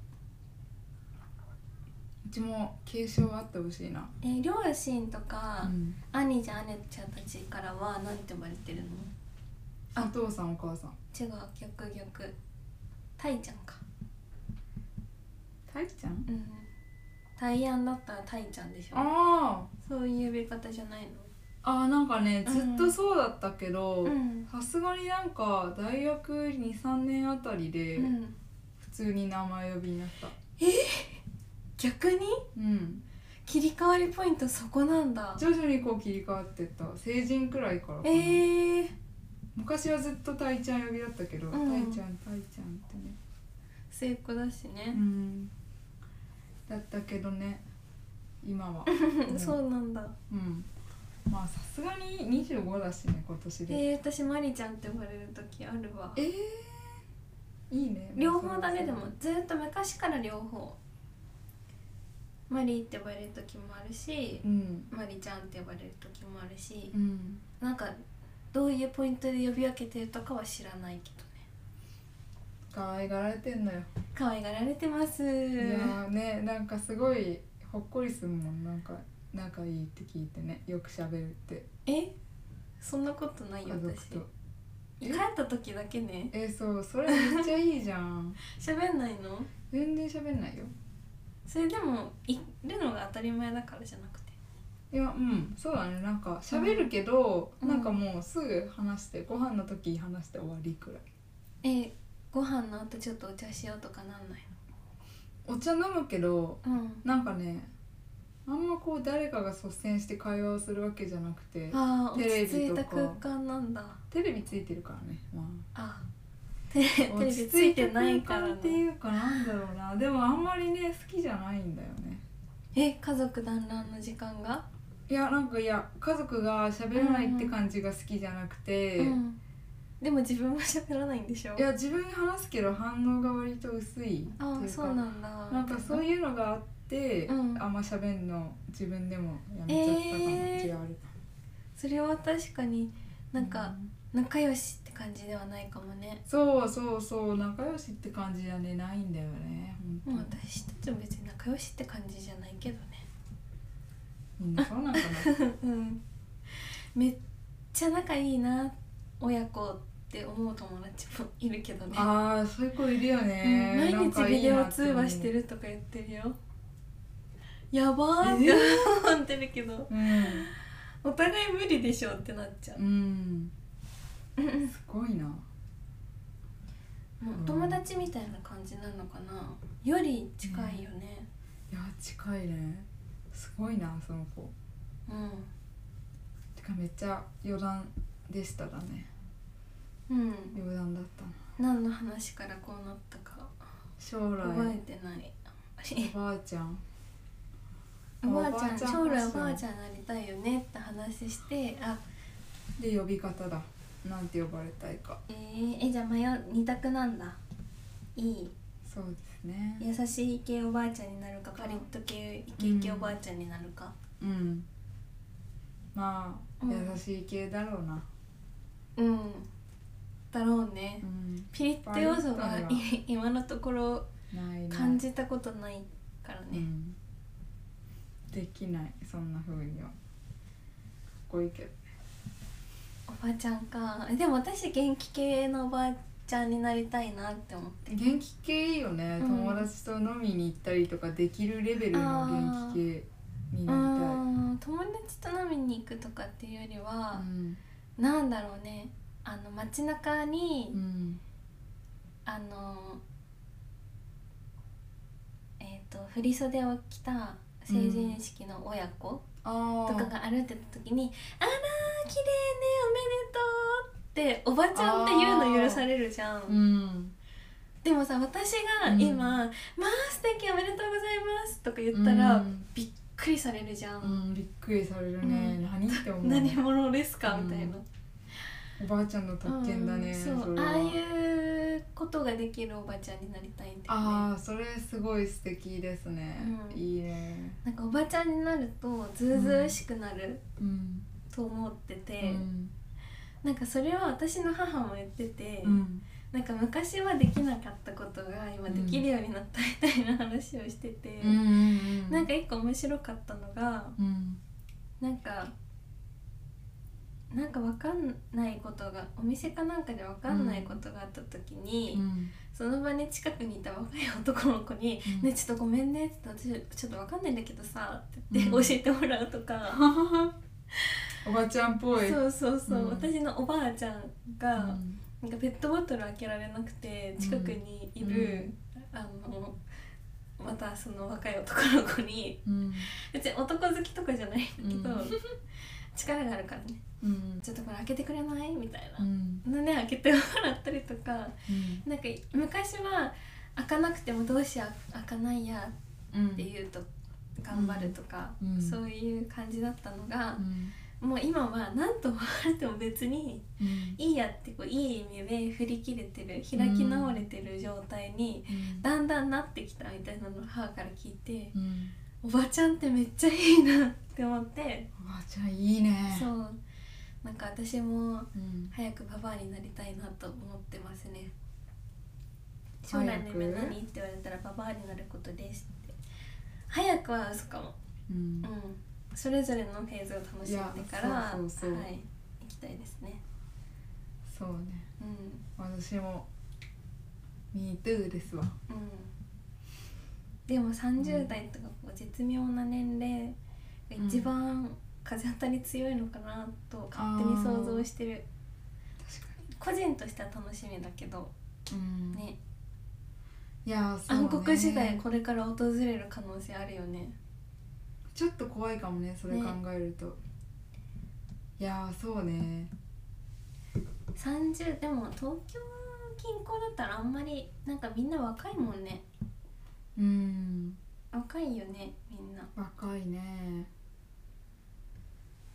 [SPEAKER 2] うちも継承あってほしいな。
[SPEAKER 1] え両親とか、
[SPEAKER 2] うん
[SPEAKER 1] 兄ちゃん姉ちゃんたちからは何て呼ばれてるの
[SPEAKER 2] お父さんお母さん。
[SPEAKER 1] 違う逆逆タイちゃんか
[SPEAKER 2] たいちゃん？
[SPEAKER 1] うんタイアンだったらタイちゃんでしょ
[SPEAKER 2] あ
[SPEAKER 1] そういう呼び方じゃないの
[SPEAKER 2] あ、あーなんかね
[SPEAKER 1] うん
[SPEAKER 2] ずっとそうだったけど
[SPEAKER 1] うん、
[SPEAKER 2] さすがになんか大学二三年あたりで
[SPEAKER 1] うん、
[SPEAKER 2] 普通に名前呼びになった。
[SPEAKER 1] 逆に
[SPEAKER 2] うん。
[SPEAKER 1] 切り替わりポイントそこなんだ
[SPEAKER 2] 徐々にこう切り替わってった。成人くらいからかな。
[SPEAKER 1] えー、
[SPEAKER 2] 昔はずっとたいちゃん呼びだったけど、たい
[SPEAKER 1] ん
[SPEAKER 2] ちゃんたいちゃんってね。
[SPEAKER 1] 末っ子だし
[SPEAKER 2] う
[SPEAKER 1] ね、
[SPEAKER 2] ん。だったけどね。今は。うん
[SPEAKER 1] そうなんだ
[SPEAKER 2] うん。まあさすがに二十五だしね今年で。
[SPEAKER 1] えー、私マリちゃんって呼ばれる時あるわ
[SPEAKER 2] えー、いいね
[SPEAKER 1] 両方だねでもずっと昔から両方マリーって呼ばれる時もあるし
[SPEAKER 2] うん
[SPEAKER 1] マリちゃんって呼ばれる時もあるし
[SPEAKER 2] うん
[SPEAKER 1] なんかどういうポイントで呼び分けてるとかは知らないけどね
[SPEAKER 2] 可愛がられてんのよ、
[SPEAKER 1] 可愛がられてます
[SPEAKER 2] いやーねなんかすごいほっこりするもんなんか仲いいって聞いてねよく喋るって
[SPEAKER 1] えそんなことない
[SPEAKER 2] 家
[SPEAKER 1] よ
[SPEAKER 2] 族
[SPEAKER 1] 私
[SPEAKER 2] とえ
[SPEAKER 1] 帰った時だけね
[SPEAKER 2] えそうそれめっちゃいいじゃん
[SPEAKER 1] 喋んないの
[SPEAKER 2] 全然喋んないよ
[SPEAKER 1] それでもいるのが当たり前だからじゃなくて
[SPEAKER 2] いやうんそうだねなんか喋るけど、
[SPEAKER 1] うん
[SPEAKER 2] なんかもうすぐ話してご飯の時話して終わりくらい
[SPEAKER 1] えご飯の後ちょっとお茶しようとかなんない
[SPEAKER 2] お茶飲むけど
[SPEAKER 1] の
[SPEAKER 2] なんかねあんまこう誰かが率先して会話をするわけじゃなくて
[SPEAKER 1] ああ落
[SPEAKER 2] テレ
[SPEAKER 1] ち
[SPEAKER 2] ビとか
[SPEAKER 1] 着いた空間なんだ
[SPEAKER 2] テレビついてるからね、まあ、
[SPEAKER 1] あテレテレビついてないから
[SPEAKER 2] 落ち着いた空間って
[SPEAKER 1] ね
[SPEAKER 2] いうかなんだろうなでもあんまりね好きじゃないんだよね
[SPEAKER 1] え家族団らんの時間が、
[SPEAKER 2] いやなんかいや家族が喋らないって感じが好きじゃなくて、
[SPEAKER 1] うん、でも自分も喋らないんでしょ
[SPEAKER 2] いや自分に話すけど反応が割と薄いっていうか
[SPEAKER 1] ああそうなんだ
[SPEAKER 2] なんかそういうのがあっ
[SPEAKER 1] う
[SPEAKER 2] て、
[SPEAKER 1] ん
[SPEAKER 2] あんま喋んの自分でもやめちゃった感じがある、
[SPEAKER 1] それは確かになんか仲良しって感じではないかもね
[SPEAKER 2] そうそうそう仲良しって感じじゃねないんだよね
[SPEAKER 1] もう
[SPEAKER 2] 本当に
[SPEAKER 1] 私たちも別に仲良しって感じじゃないけどね
[SPEAKER 2] みんなそうなんかな
[SPEAKER 1] うんめっちゃ仲いいな親子って思う友達もいるけどね、
[SPEAKER 2] ああそういう子いるよ
[SPEAKER 1] うん
[SPEAKER 2] ね、
[SPEAKER 1] 毎日ビデオ通話して
[SPEAKER 2] る
[SPEAKER 1] るとか言ってるよやばーって 思ってるけど
[SPEAKER 2] うん、
[SPEAKER 1] お互い無理でしょってなっちゃう
[SPEAKER 2] うん、すごいな
[SPEAKER 1] もう友達みたいな感じなのかなより近いよね
[SPEAKER 2] いや近いねすごいなその子てかめっちゃ余談でしただね
[SPEAKER 1] うん、うん、
[SPEAKER 2] 余談だったな
[SPEAKER 1] 何の話からこうなったか
[SPEAKER 2] 将
[SPEAKER 1] 覚
[SPEAKER 2] 来
[SPEAKER 1] えてない
[SPEAKER 2] おばあちゃん
[SPEAKER 1] おばあちゃん
[SPEAKER 2] おばあちゃん
[SPEAKER 1] 将来おばあちゃんになりたいよねって話してあ
[SPEAKER 2] で呼び方だなんて呼ばれたいか
[SPEAKER 1] えー、えじゃあ迷う二択なんだいい
[SPEAKER 2] そうですね
[SPEAKER 1] 優しい系おばあちゃんになるかパリッと系イケイケおばあちゃんになるか、
[SPEAKER 2] うんまあ、
[SPEAKER 1] うん
[SPEAKER 2] 優しい系だろうな
[SPEAKER 1] うんだろうね
[SPEAKER 2] うん
[SPEAKER 1] ピリッと要素が
[SPEAKER 2] パリッと
[SPEAKER 1] い 今のところ
[SPEAKER 2] ないない
[SPEAKER 1] 感じたことないから
[SPEAKER 2] う
[SPEAKER 1] ね、
[SPEAKER 2] んできないそんな風にはかっこいいけど
[SPEAKER 1] おばあちゃんかえでも私元気系のおばあちゃんになりたいなって思って
[SPEAKER 2] 元気系いいよね、
[SPEAKER 1] うん
[SPEAKER 2] 友達と飲みに行ったりとかできるレベルの元気系
[SPEAKER 1] う
[SPEAKER 2] になりたい
[SPEAKER 1] ん友達と飲みに行くとかっていうよりは、
[SPEAKER 2] うん
[SPEAKER 1] なんだろうねあの街中に、
[SPEAKER 2] うん
[SPEAKER 1] あのえっ、と振り袖を着た成人式の親子
[SPEAKER 2] あ
[SPEAKER 1] と
[SPEAKER 2] ー
[SPEAKER 1] かが歩いてた時に「あらー綺麗ねおめでとう」っておばちゃんって言うの許されるじゃん、
[SPEAKER 2] うん
[SPEAKER 1] でもさ私が今「まあ素敵おめでとうございます」とか言ったら、
[SPEAKER 2] うん
[SPEAKER 1] びっくりされるじゃ、
[SPEAKER 2] うんんびっくりされるね、
[SPEAKER 1] う
[SPEAKER 2] 何って思う
[SPEAKER 1] 何者ですか、みたいな
[SPEAKER 2] おばあちゃんの特権だ
[SPEAKER 1] う
[SPEAKER 2] ね、
[SPEAKER 1] ん
[SPEAKER 2] そ
[SPEAKER 1] そう
[SPEAKER 2] れは
[SPEAKER 1] ああいうことができるおばちゃんになりたいんだよね
[SPEAKER 2] ああそれすごい素敵ですね、
[SPEAKER 1] うん
[SPEAKER 2] いいね
[SPEAKER 1] なんかおばちゃんになるとずうずうしくなる
[SPEAKER 2] うん
[SPEAKER 1] と思ってて、
[SPEAKER 2] うん
[SPEAKER 1] なんかそれは私の母も言ってて、
[SPEAKER 2] うん
[SPEAKER 1] なんか昔はできなかったことが今できるようになったみたいな話をしてて、
[SPEAKER 2] うんうん
[SPEAKER 1] なんか一個面白かったのが
[SPEAKER 2] うん
[SPEAKER 1] なんかなんかわかんないことがお店かなんかでわかんないことがあった時に、
[SPEAKER 2] うん
[SPEAKER 1] その場に近くにいた若い男の子に「
[SPEAKER 2] うん
[SPEAKER 1] ねちょっとごめんね」って「私ちょっとわかんないんだけどさ」って言
[SPEAKER 2] う
[SPEAKER 1] っ
[SPEAKER 2] ん
[SPEAKER 1] て教えてもらうと か。
[SPEAKER 2] おばちゃんっぽい
[SPEAKER 1] そうそうそう、
[SPEAKER 2] うん
[SPEAKER 1] 私のおばあちゃん
[SPEAKER 2] う
[SPEAKER 1] が、
[SPEAKER 2] ん
[SPEAKER 1] なんかペットボトル開けられなくて近くにいる、あのまたその若い男の子に
[SPEAKER 2] うん
[SPEAKER 1] 別に男好きとかじゃないんだけど、
[SPEAKER 2] うん
[SPEAKER 1] 力があるからね
[SPEAKER 2] うん
[SPEAKER 1] ちょっとこれ開けてくれないみたいな
[SPEAKER 2] う、ん
[SPEAKER 1] ので開けてもらったりとか
[SPEAKER 2] うん
[SPEAKER 1] なんか昔は開かなくてもどうしよう開かないやって
[SPEAKER 2] う
[SPEAKER 1] いうと頑張るとか、
[SPEAKER 2] うん
[SPEAKER 1] そういう感じだったのが、
[SPEAKER 2] ん
[SPEAKER 1] もう今は何と思われても別に
[SPEAKER 2] うん
[SPEAKER 1] いいやってこういい意味で振り切れてる開き直れてる状態に
[SPEAKER 2] うん
[SPEAKER 1] だんだんなってきたみたいなのを母から聞いて
[SPEAKER 2] うん
[SPEAKER 1] おばちゃんってめっちゃいいなって思って
[SPEAKER 2] おばあちゃんいいね
[SPEAKER 1] そうなんか私も
[SPEAKER 2] うん
[SPEAKER 1] 早くババアになりたいなと思ってますね将来の夢
[SPEAKER 2] 早く
[SPEAKER 1] 何って言われたらババアになることですって早くは嘘かも
[SPEAKER 2] うん
[SPEAKER 1] うんそれぞれのフェーズを楽しんでから
[SPEAKER 2] いやそうそうそう
[SPEAKER 1] はい行きたいですね
[SPEAKER 2] そうね
[SPEAKER 1] うん
[SPEAKER 2] 私も MeToo ですわ
[SPEAKER 1] うんでも30代とかこう絶妙な年齢が一番風当たり強いのかなと勝手に想像してる
[SPEAKER 2] 確
[SPEAKER 1] 個
[SPEAKER 2] か
[SPEAKER 1] 人としては楽しみだけど
[SPEAKER 2] にうん
[SPEAKER 1] ね
[SPEAKER 2] いやそうね
[SPEAKER 1] 暗黒時代これから訪れる可能性あるよね
[SPEAKER 2] ちょっと怖いかもねそれ考えると、いやーそうね
[SPEAKER 1] 30でも東京近郊だったらあんまりなんかみんな若いもんね
[SPEAKER 2] うん
[SPEAKER 1] 若いよねみんな
[SPEAKER 2] 若いね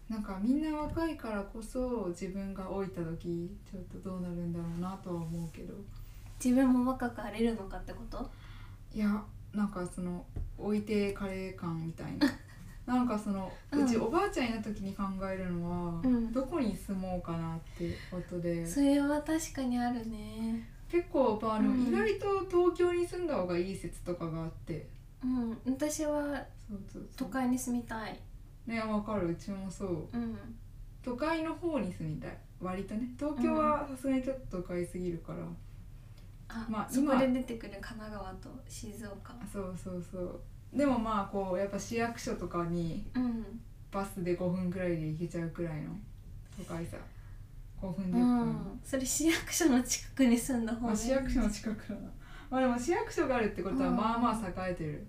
[SPEAKER 2] なんかみんな若いからこそ自分が老いた時ちょっとどうなるんだろうなとは思うけど
[SPEAKER 1] 自分も若く荒れるのかってこと
[SPEAKER 2] いやなんかその置いてカレー感みた いななんかその
[SPEAKER 1] うん
[SPEAKER 2] うちおばあちゃんになった時に考えるのは、
[SPEAKER 1] うん
[SPEAKER 2] どこに住もうかなってことで
[SPEAKER 1] それは確かにあるね
[SPEAKER 2] 結構まああの、
[SPEAKER 1] うん
[SPEAKER 2] 意外と東京に住んだ方がいい説とかがあって
[SPEAKER 1] うん私は
[SPEAKER 2] そうそうそ
[SPEAKER 1] 都
[SPEAKER 2] う
[SPEAKER 1] 会に住みたい
[SPEAKER 2] ねわかるうちもそう
[SPEAKER 1] うん
[SPEAKER 2] 都会の方に住みたい割とね東京はさすがにちょっと都会すぎるから、
[SPEAKER 1] あ、
[SPEAKER 2] まあ
[SPEAKER 1] そこ
[SPEAKER 2] 今
[SPEAKER 1] で出てくる神奈川と静岡
[SPEAKER 2] あそうそうそうでもまあこうやっぱ市役所とかに
[SPEAKER 1] うん
[SPEAKER 2] バスで5分くらいで行けちゃうくらいの都会さ5分10
[SPEAKER 1] う
[SPEAKER 2] 分、
[SPEAKER 1] んそれ市役所の近くに住んだ方が
[SPEAKER 2] ま
[SPEAKER 1] い
[SPEAKER 2] あ、
[SPEAKER 1] い
[SPEAKER 2] 市役所の近くかなまあでも市役所があるってことは
[SPEAKER 1] うん
[SPEAKER 2] まあまあ栄えてる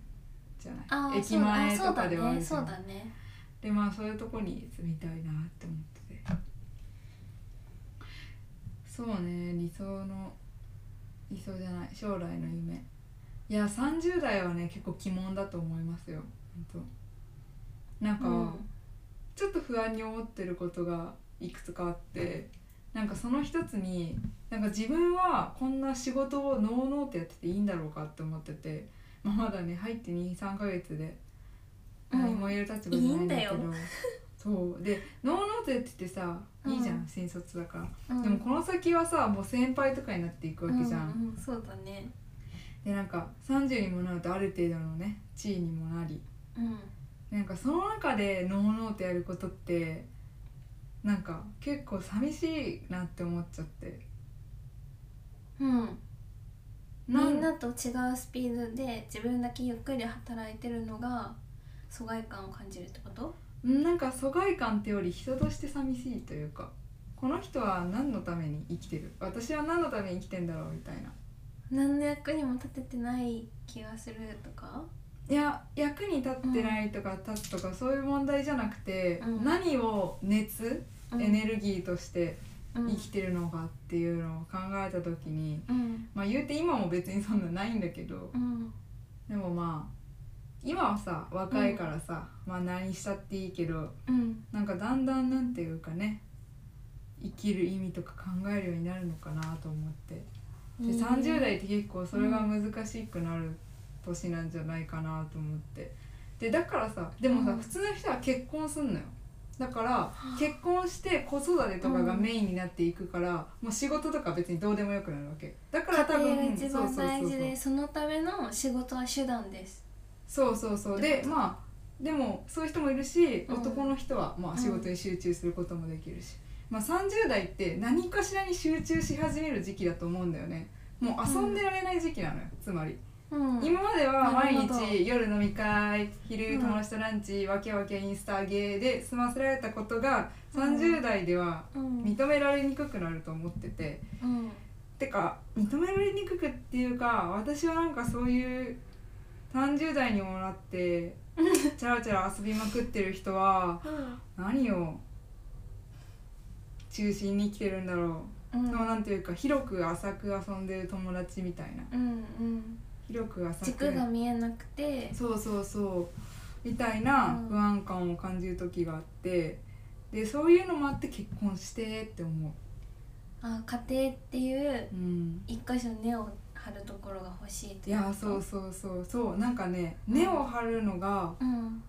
[SPEAKER 2] じゃ
[SPEAKER 1] あ
[SPEAKER 2] な
[SPEAKER 1] ー
[SPEAKER 2] い、駅前
[SPEAKER 1] そうだ
[SPEAKER 2] とかではあるし、
[SPEAKER 1] そうだねそうだね
[SPEAKER 2] でまあそういうとこに住みたいなって思っててそうね理想の理想じゃない将来の夢いや30代はね結構鬼門だと思いますよ本当なんか、
[SPEAKER 1] うん
[SPEAKER 2] ちょっと不安に思ってることがいくつかあってなんかその一つになんか自分はこんな仕事をのうのうってやってていいんだろうかって思ってて、まあ、まだね入って23ヶ月で
[SPEAKER 1] うん
[SPEAKER 2] 何も言える立場じゃないんだけど、
[SPEAKER 1] いいん
[SPEAKER 2] そうでのうのうってやっててさいいじゃん、
[SPEAKER 1] うん
[SPEAKER 2] 新卒だから、
[SPEAKER 1] うん
[SPEAKER 2] でもこの先はさもう先輩とかになっていくわけじゃん、
[SPEAKER 1] うんうん、そうだね
[SPEAKER 2] でなんか30にもなるとある程度のね地位にもなり
[SPEAKER 1] うん
[SPEAKER 2] なんかその中でノーノーとやることってなんか結構寂しいなって思っちゃって
[SPEAKER 1] うん
[SPEAKER 2] な
[SPEAKER 1] みんなと違うスピードで自分だけゆっくり働いてるのが疎外感を感じるってこと
[SPEAKER 2] なんか疎外感ってより人として寂しいというかこの人は何のために生きてる私は何のために生きてんだろうみたいな
[SPEAKER 1] 何の役にも立ててない気がするとか
[SPEAKER 2] いや役に立ってないとか立つとかそういう問題じゃなくて、
[SPEAKER 1] うん
[SPEAKER 2] 何を熱、エネルギーとして
[SPEAKER 1] うん
[SPEAKER 2] 生きてるのかっていうのを考えた時に
[SPEAKER 1] うん
[SPEAKER 2] まあ言うて今も別にそんなないんだけど、
[SPEAKER 1] うん
[SPEAKER 2] でもまあ今はさ若いからさ、まあ何したっていいけど
[SPEAKER 1] うん
[SPEAKER 2] なんかだんだんなんていうかね生きる意味とか考えるようになるのかなと思ってで30代って結構それが難しくなる年なんじゃないかなと思ってでだからさでもさ、
[SPEAKER 1] うん
[SPEAKER 2] 普通の人は結婚すんのよだから結婚して子育てとかがメインになっていくから、もう仕事とか別にどうでもよくなるわけだから多
[SPEAKER 1] 家庭が
[SPEAKER 2] 分
[SPEAKER 1] 一
[SPEAKER 2] そ
[SPEAKER 1] 番
[SPEAKER 2] うそうそう
[SPEAKER 1] 大
[SPEAKER 2] そう
[SPEAKER 1] 事でそのための仕事は手段です
[SPEAKER 2] そうそうそう
[SPEAKER 1] って
[SPEAKER 2] で
[SPEAKER 1] こと
[SPEAKER 2] まあでもそういう人もいるし、
[SPEAKER 1] うん
[SPEAKER 2] 男の人はまあ仕事に集中することもできるし、まあ、30代って何かしらに集中し始める時期だと思うんだよねもう遊んでられない時期なのよ、つまり、
[SPEAKER 1] うん
[SPEAKER 2] 今までは毎
[SPEAKER 1] なるほど
[SPEAKER 2] 日夜飲み会
[SPEAKER 1] う
[SPEAKER 2] 昼
[SPEAKER 1] ん
[SPEAKER 2] 友達とランチ、わけわけインスタゲーで済ませられたことが30代では
[SPEAKER 1] うん
[SPEAKER 2] 認められにくくなると思ってて、
[SPEAKER 1] うん
[SPEAKER 2] てか認められにくくっていうか私はなんかそういう30代にも なってチャラチャラ遊びまくってる人は何を中心に生きてるんだろ
[SPEAKER 1] う
[SPEAKER 2] う、
[SPEAKER 1] ん
[SPEAKER 2] のなんていうか広く浅く遊んでる友達みたいな
[SPEAKER 1] うんうん
[SPEAKER 2] 広く浅く
[SPEAKER 1] 軸が見えなくて
[SPEAKER 2] そうそうそうみたいな不安感を感じる時があって、でそういうのもあって結婚してって思
[SPEAKER 1] あ家庭っていう
[SPEAKER 2] う、うん、
[SPEAKER 1] 一箇所根を張るところが欲しいと
[SPEAKER 2] い
[SPEAKER 1] いう
[SPEAKER 2] やそうそうそうそうなんかね根を張るのが
[SPEAKER 1] うん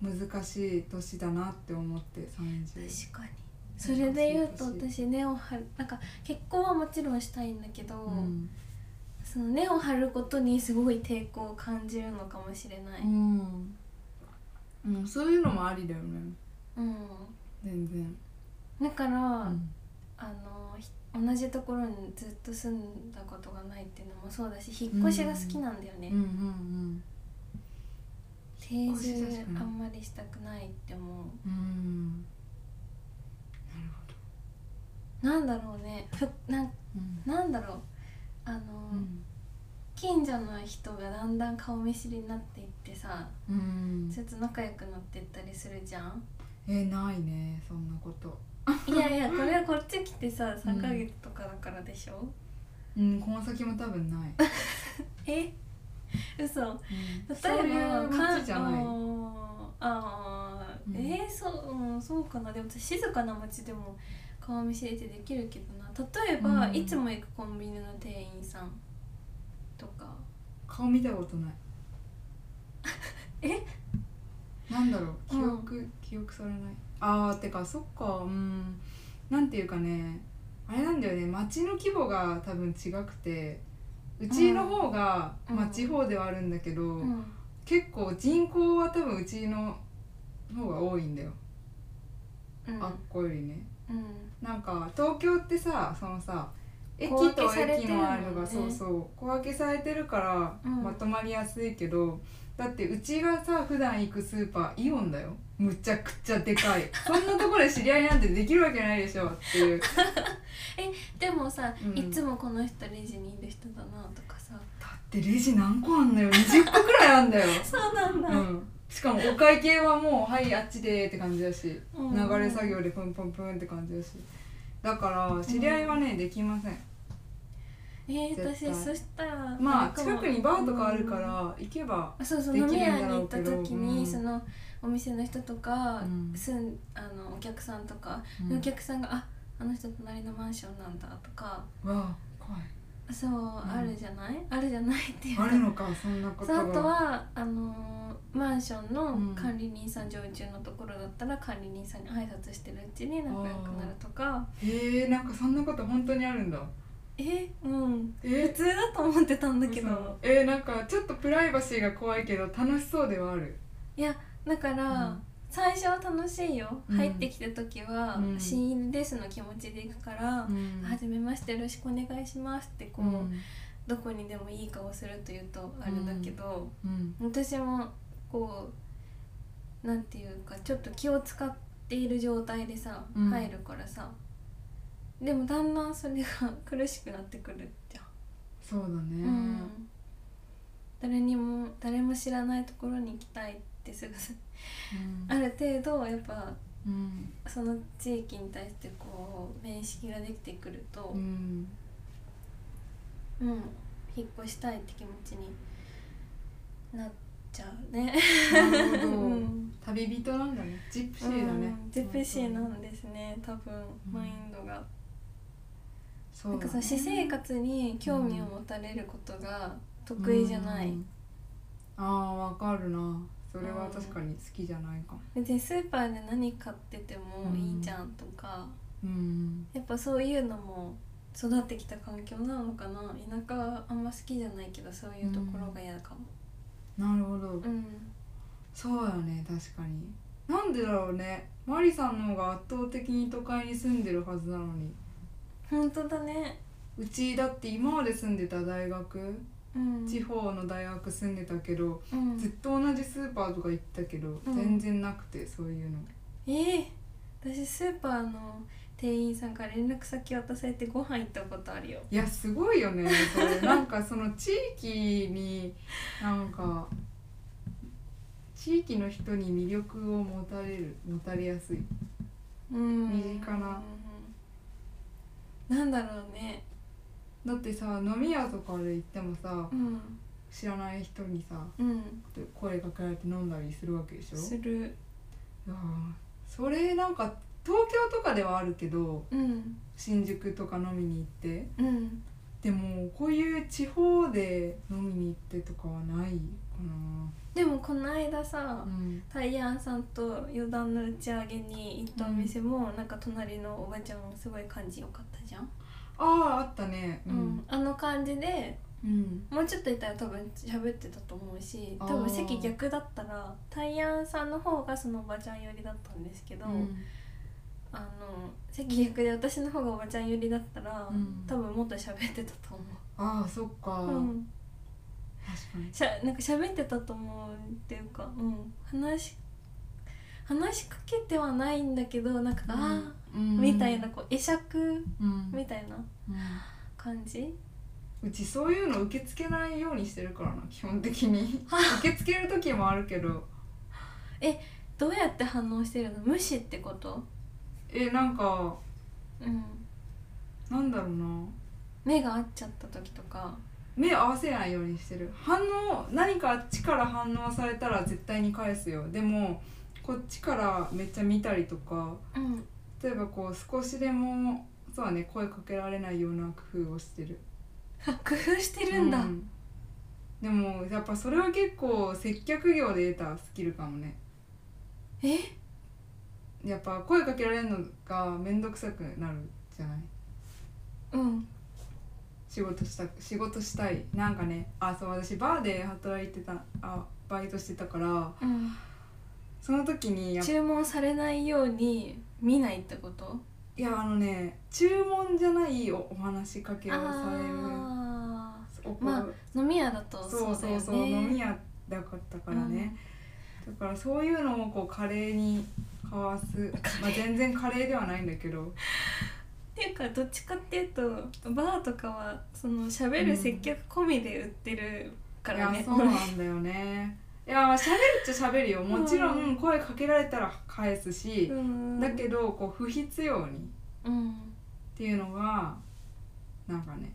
[SPEAKER 2] 難しい年だなって思って30
[SPEAKER 1] 確かにそれで言うと
[SPEAKER 2] 難
[SPEAKER 1] 私根を張るなんか結婚はもちろんしたいんだけど、
[SPEAKER 2] うん
[SPEAKER 1] その根を張ることにすごい抵抗を感じるのかもしれない、
[SPEAKER 2] うんうん、そういうのもありだよね
[SPEAKER 1] うん
[SPEAKER 2] 全然、
[SPEAKER 1] だから、
[SPEAKER 2] うん
[SPEAKER 1] あのひ同じところにずっと住んだことがないっていうのもそうだし引っ越しが好きなんだよね、
[SPEAKER 2] うんうん
[SPEAKER 1] 定
[SPEAKER 2] 引っ越し
[SPEAKER 1] 住
[SPEAKER 2] 確かに
[SPEAKER 1] あんまりしたくないって思う
[SPEAKER 2] うんうんなるほ
[SPEAKER 1] な
[SPEAKER 2] ど、
[SPEAKER 1] んだろうねふなん
[SPEAKER 2] うん
[SPEAKER 1] なんだろうあの、近所の人がだんだん顔見知りになっていってさ
[SPEAKER 2] うん
[SPEAKER 1] ちょっと仲良くなっていったりするじゃん
[SPEAKER 2] えないねそんなこと
[SPEAKER 1] いやいやこれはこっち来てさ
[SPEAKER 2] うん
[SPEAKER 1] 3ヶ月とかだからでしょ、
[SPEAKER 2] うんこの先も多 分ない、
[SPEAKER 1] え嘘例えば
[SPEAKER 2] そういう街じゃない
[SPEAKER 1] かんあーあー、
[SPEAKER 2] うん
[SPEAKER 1] えーそう、うん、そうかなでも私静かな街でも顔見知りってできるけどな例えば、
[SPEAKER 2] うん
[SPEAKER 1] いつも行くコンビニの店員さんとか
[SPEAKER 2] 顔見たことない
[SPEAKER 1] え
[SPEAKER 2] なんだろう記憶、記憶されないあーてかそっかうんなんていうかねあれなんだよね町の規模が多分違くてうちの方が、
[SPEAKER 1] うん
[SPEAKER 2] まあ地方ではあるんだけど、
[SPEAKER 1] うん
[SPEAKER 2] 結構人口は多分うちの方が多いんだよ、
[SPEAKER 1] うん
[SPEAKER 2] あっこよりね
[SPEAKER 1] うん
[SPEAKER 2] なんか東京ってさそのさ駅と
[SPEAKER 1] 小分けされて
[SPEAKER 2] 駅
[SPEAKER 1] るもん
[SPEAKER 2] の
[SPEAKER 1] ね
[SPEAKER 2] あるのがそうそう小分けされてるから
[SPEAKER 1] うん
[SPEAKER 2] まとまりやすいけど、だってうちがさ普段行くスーパーイオンだよむちゃくちゃでかいそんなところで知り合いなんてできるわけないでしょっていうだ
[SPEAKER 1] でもさ、
[SPEAKER 2] うん
[SPEAKER 1] いつもこの人レジにいる人だなとかさ
[SPEAKER 2] ってレジ何個あんのよ20個くらいあんだよ、
[SPEAKER 1] そうなんだ、
[SPEAKER 2] うん、しかもお会計はもうはいあっちでって感じだし
[SPEAKER 1] うん
[SPEAKER 2] 流れ作業でプンプンプンって感じだしだから知り合いはねできません
[SPEAKER 1] えー、
[SPEAKER 2] 絶対
[SPEAKER 1] 私そしたら
[SPEAKER 2] ま
[SPEAKER 1] れ
[SPEAKER 2] あ
[SPEAKER 1] かも
[SPEAKER 2] 近くにバーとかあるか
[SPEAKER 1] うん
[SPEAKER 2] ら行けば
[SPEAKER 1] あそうそう
[SPEAKER 2] でき
[SPEAKER 1] 飲
[SPEAKER 2] るん
[SPEAKER 1] み屋に
[SPEAKER 2] だろ
[SPEAKER 1] 行っ
[SPEAKER 2] うけ
[SPEAKER 1] た
[SPEAKER 2] ど
[SPEAKER 1] 時に、
[SPEAKER 2] うん
[SPEAKER 1] そのお店の人とか、
[SPEAKER 2] うん
[SPEAKER 1] すんあのお客さんとか、
[SPEAKER 2] うん
[SPEAKER 1] お客さんが「ああの人隣のマンションなんだ」とか
[SPEAKER 2] わあ怖い
[SPEAKER 1] そう、あるじゃないあるじゃないっていう
[SPEAKER 2] あるのかそんなこと
[SPEAKER 1] そう
[SPEAKER 2] が
[SPEAKER 1] あとはあのーマンション
[SPEAKER 2] うん
[SPEAKER 1] の管理人さん常駐のところだったら管理人さんに挨拶してるうちに仲良くなるとか
[SPEAKER 2] へえなんかそんなこと本当にあるんだ
[SPEAKER 1] えうん普
[SPEAKER 2] え
[SPEAKER 1] 通だと思ってたんだけ
[SPEAKER 2] 嘘
[SPEAKER 1] ど
[SPEAKER 2] えなんかちょっとプライバシーが怖いけど楽しそうではある
[SPEAKER 1] いやだから、
[SPEAKER 2] うん
[SPEAKER 1] 最初は楽しいよ、
[SPEAKER 2] うん
[SPEAKER 1] 入ってきた時は「
[SPEAKER 2] うん
[SPEAKER 1] 親友です」の気持ちで行くから「
[SPEAKER 2] ん
[SPEAKER 1] はじめましてよろしくお願いします」ってこう、
[SPEAKER 2] うん
[SPEAKER 1] どこにでもいい顔するというとあれだけど、
[SPEAKER 2] うん
[SPEAKER 1] 私もこうなんていうかちょっと気を使っている状態でさ、
[SPEAKER 2] うん
[SPEAKER 1] 入るからさでもだんだんそれが苦しくなってくるじゃん。
[SPEAKER 2] そうだね
[SPEAKER 1] うん誰にも誰も知らないところに行きたいってすぐ
[SPEAKER 2] うん
[SPEAKER 1] ある程度やっぱ
[SPEAKER 2] うん
[SPEAKER 1] その地域に対してこう面識ができてくると、
[SPEAKER 2] うん
[SPEAKER 1] うん、引っ越したいって気持ちになっちゃうね。
[SPEAKER 2] なるほど
[SPEAKER 1] うん
[SPEAKER 2] 旅人なんだねジプシーだね
[SPEAKER 1] うんジェプシーなんですね多分マインドが、
[SPEAKER 2] そう
[SPEAKER 1] なんかさ私生活に興味を持たれることが得意じゃない、
[SPEAKER 2] うんあーわかるなそれは確かに好きじゃないかも
[SPEAKER 1] 別にスーパーで何買っててもいいじゃんとか、
[SPEAKER 2] うん
[SPEAKER 1] やっぱそういうのも育ってきた環境なのかな田舎はあんま好きじゃないけどそういうところが嫌かも
[SPEAKER 2] なるほど
[SPEAKER 1] うん、
[SPEAKER 2] そうだね確かになんでだろうねマリさんの方が圧倒的に都会に住んでるはずなのに
[SPEAKER 1] 本当だね
[SPEAKER 2] うちだって今まで住んでた大学
[SPEAKER 1] うん
[SPEAKER 2] 地方の大学住んでたけど
[SPEAKER 1] うん
[SPEAKER 2] ずっと同じスーパーとか行ったけど
[SPEAKER 1] うん
[SPEAKER 2] 全然なくてそういうの
[SPEAKER 1] えー、私スーパーの店員さんから連絡先渡されてご飯行ったことあるよ
[SPEAKER 2] いやすごいよねそ れなんかその地域になんか地域の人に魅力を持たれる持たれやすい
[SPEAKER 1] うん
[SPEAKER 2] 身近な
[SPEAKER 1] うんなんだろうね
[SPEAKER 2] だってさ飲み屋とかで行ってもさ
[SPEAKER 1] うん
[SPEAKER 2] 知らない人にさ
[SPEAKER 1] うん
[SPEAKER 2] 声かけられて飲んだりするわけでしょ
[SPEAKER 1] する
[SPEAKER 2] いやーそれなんか東京とかではあるけど
[SPEAKER 1] うん
[SPEAKER 2] 新宿とか飲みに行って
[SPEAKER 1] うん
[SPEAKER 2] でもこういう地方で飲みに行ってとかはないか
[SPEAKER 1] でもこの間さ
[SPEAKER 2] な、うん、
[SPEAKER 1] タイヤンさんと余談の打ち上げに行ったお店も、なんか隣のおばちゃんもすごい感じよかったじゃん、
[SPEAKER 2] あああったね
[SPEAKER 1] うんあの感じで
[SPEAKER 2] うん、
[SPEAKER 1] もうちょっといたら多分喋ってたと思うし多
[SPEAKER 2] あ
[SPEAKER 1] 分
[SPEAKER 2] ー
[SPEAKER 1] 席逆だったらタイヤンさんの方がそのおばちゃん寄りだったんですけど、あの席逆で私の方がおばちゃん寄りだったら、
[SPEAKER 2] うん
[SPEAKER 1] 多分もっと喋ってたと
[SPEAKER 2] ああそっか、
[SPEAKER 1] 思う、うん、
[SPEAKER 2] 確かに
[SPEAKER 1] しゃなんか喋ってたと思うっていうか、うん、話し話しかけてはないんだけどなんか、ああー
[SPEAKER 2] うん
[SPEAKER 1] みたいなこう会釈
[SPEAKER 2] うん
[SPEAKER 1] みたいな
[SPEAKER 2] う
[SPEAKER 1] 感じ
[SPEAKER 2] んうちそういうの受け付けないようにしてるからな基本 的に受け付ける時もあるけど
[SPEAKER 1] どうやって反応してるの無視ってこと、
[SPEAKER 2] えなんか
[SPEAKER 1] うん、
[SPEAKER 2] なんだろうな
[SPEAKER 1] 目が合っちゃった時とか
[SPEAKER 2] 目合わせないようにしてる反応何かあっちから反応されたら絶対に返すよでもこっちからめっちゃ見たりとか
[SPEAKER 1] うん
[SPEAKER 2] 例えばこう少しでもそうだね声かけられないような工夫をしてる
[SPEAKER 1] あ工夫してるんだ、
[SPEAKER 2] うんでもやっぱそれは結構接客業で得たスキルかもね
[SPEAKER 1] え
[SPEAKER 2] やっぱ声かけられるのが面倒くさくなるじゃない
[SPEAKER 1] うん
[SPEAKER 2] 仕事した仕事したいなんかねあそう私バーで働いてたあバイトしてたから
[SPEAKER 1] うん
[SPEAKER 2] その時にやっぱ
[SPEAKER 1] 注文されないように見ないってこと
[SPEAKER 2] いやあのね注文じゃないおお話しかけをされる
[SPEAKER 1] あ
[SPEAKER 2] おこ
[SPEAKER 1] まー飲み屋だと
[SPEAKER 2] そう
[SPEAKER 1] だ
[SPEAKER 2] そ
[SPEAKER 1] よ
[SPEAKER 2] う
[SPEAKER 1] ね
[SPEAKER 2] そう飲み屋だったからね、だからそういうのをこう華麗にかわす、まあ、全然華麗ではないんだけど
[SPEAKER 1] っていうかどっちかっていうとバーとかはその喋る接客込みで売ってるから
[SPEAKER 2] いや
[SPEAKER 1] ね、
[SPEAKER 2] そうなんだよねいや喋るっちゃ喋るよもちろ
[SPEAKER 1] うん
[SPEAKER 2] ん声かけられたら返すし、
[SPEAKER 1] うん
[SPEAKER 2] だけどこう不必要にっ
[SPEAKER 1] うん
[SPEAKER 2] ていうのがなんかね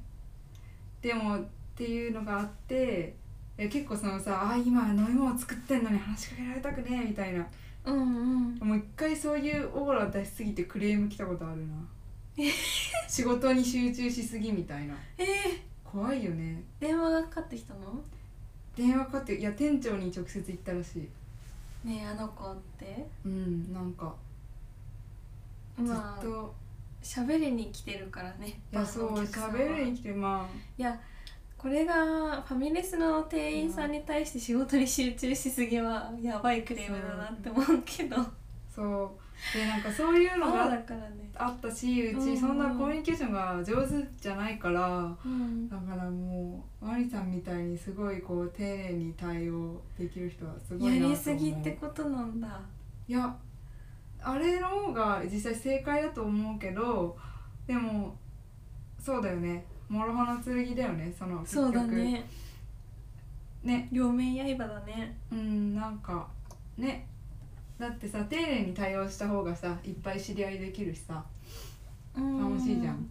[SPEAKER 2] でもっていうのがあってえ結構そのさ「あ今飲み物作ってんのに話しかけられたくねえ」みたいな
[SPEAKER 1] うんうん
[SPEAKER 2] もう一回そういうオーラ出しすぎてクレーム来たことあるな仕事に集中しすぎみたいな
[SPEAKER 1] えー
[SPEAKER 2] 怖いよね
[SPEAKER 1] 電話がかかってきたの
[SPEAKER 2] 電話かかっていや店長に直接行ったらしい
[SPEAKER 1] ねえあの子って
[SPEAKER 2] うんなんかずっ
[SPEAKER 1] まあ
[SPEAKER 2] と、
[SPEAKER 1] 喋りに来てるからね
[SPEAKER 2] いやそう
[SPEAKER 1] お客さんは
[SPEAKER 2] 喋るに来てまあ
[SPEAKER 1] いやこれがファミレスの店員さんに対して仕事に集中しすぎはやばいクレームだなって思うけど
[SPEAKER 2] そうでなんかそういうの
[SPEAKER 1] バーだ
[SPEAKER 2] が
[SPEAKER 1] からね
[SPEAKER 2] あったしう
[SPEAKER 1] う
[SPEAKER 2] ち
[SPEAKER 1] ん
[SPEAKER 2] そんなコミュニケーションが上手じゃないから
[SPEAKER 1] うん
[SPEAKER 2] だからもうマリさんみたいにすごいこう丁寧に対応できる人はすご
[SPEAKER 1] や
[SPEAKER 2] いなと思う
[SPEAKER 1] りすぎってことなんだ
[SPEAKER 2] いやあれの方が実際正解だと思うけどでもそうだよね諸刃の剣だよねその結
[SPEAKER 1] そうだね
[SPEAKER 2] ね
[SPEAKER 1] 両面刃だね
[SPEAKER 2] うんなんかねだってさ丁寧に対応した方がさいっぱい知り合いできるしさ
[SPEAKER 1] うん
[SPEAKER 2] 楽しいじゃん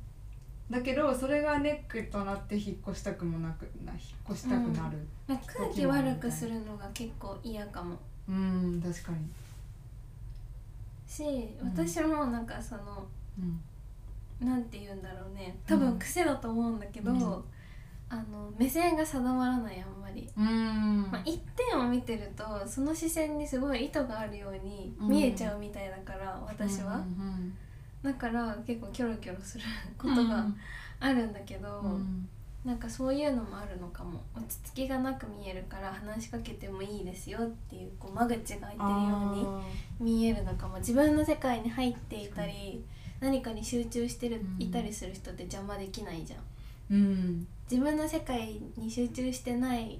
[SPEAKER 2] だけどそれがネックとなって引っ越したくもなくな引っ越したくなる
[SPEAKER 1] なんか空気悪くするのが結構嫌かも
[SPEAKER 2] うん確かに、
[SPEAKER 1] し
[SPEAKER 2] ん
[SPEAKER 1] 私もなんかその
[SPEAKER 2] うん、
[SPEAKER 1] なんて言うんだろうね多分癖だと思うんだけど、
[SPEAKER 2] うん
[SPEAKER 1] あの目線が定まらないあんまり、
[SPEAKER 2] うん
[SPEAKER 1] まあ、一点を見てるとその視線にすごい意図があるように
[SPEAKER 2] うん
[SPEAKER 1] 見えちゃうみたいだから、私は、
[SPEAKER 2] うん
[SPEAKER 1] だから結構キョロキョロするこ
[SPEAKER 2] うん
[SPEAKER 1] とがあるんだけど、
[SPEAKER 2] うん
[SPEAKER 1] なんかそういうのもあるのかも落ち着きがなく見えるから話しかけてもいいですよっていうこう間口が開いてるように
[SPEAKER 2] あー
[SPEAKER 1] 見えるのかも自分の世界に入っていたり何かに集中してる、
[SPEAKER 2] うん
[SPEAKER 1] いたりする人って邪魔できないじゃん
[SPEAKER 2] うん
[SPEAKER 1] 自分の世界に集中してない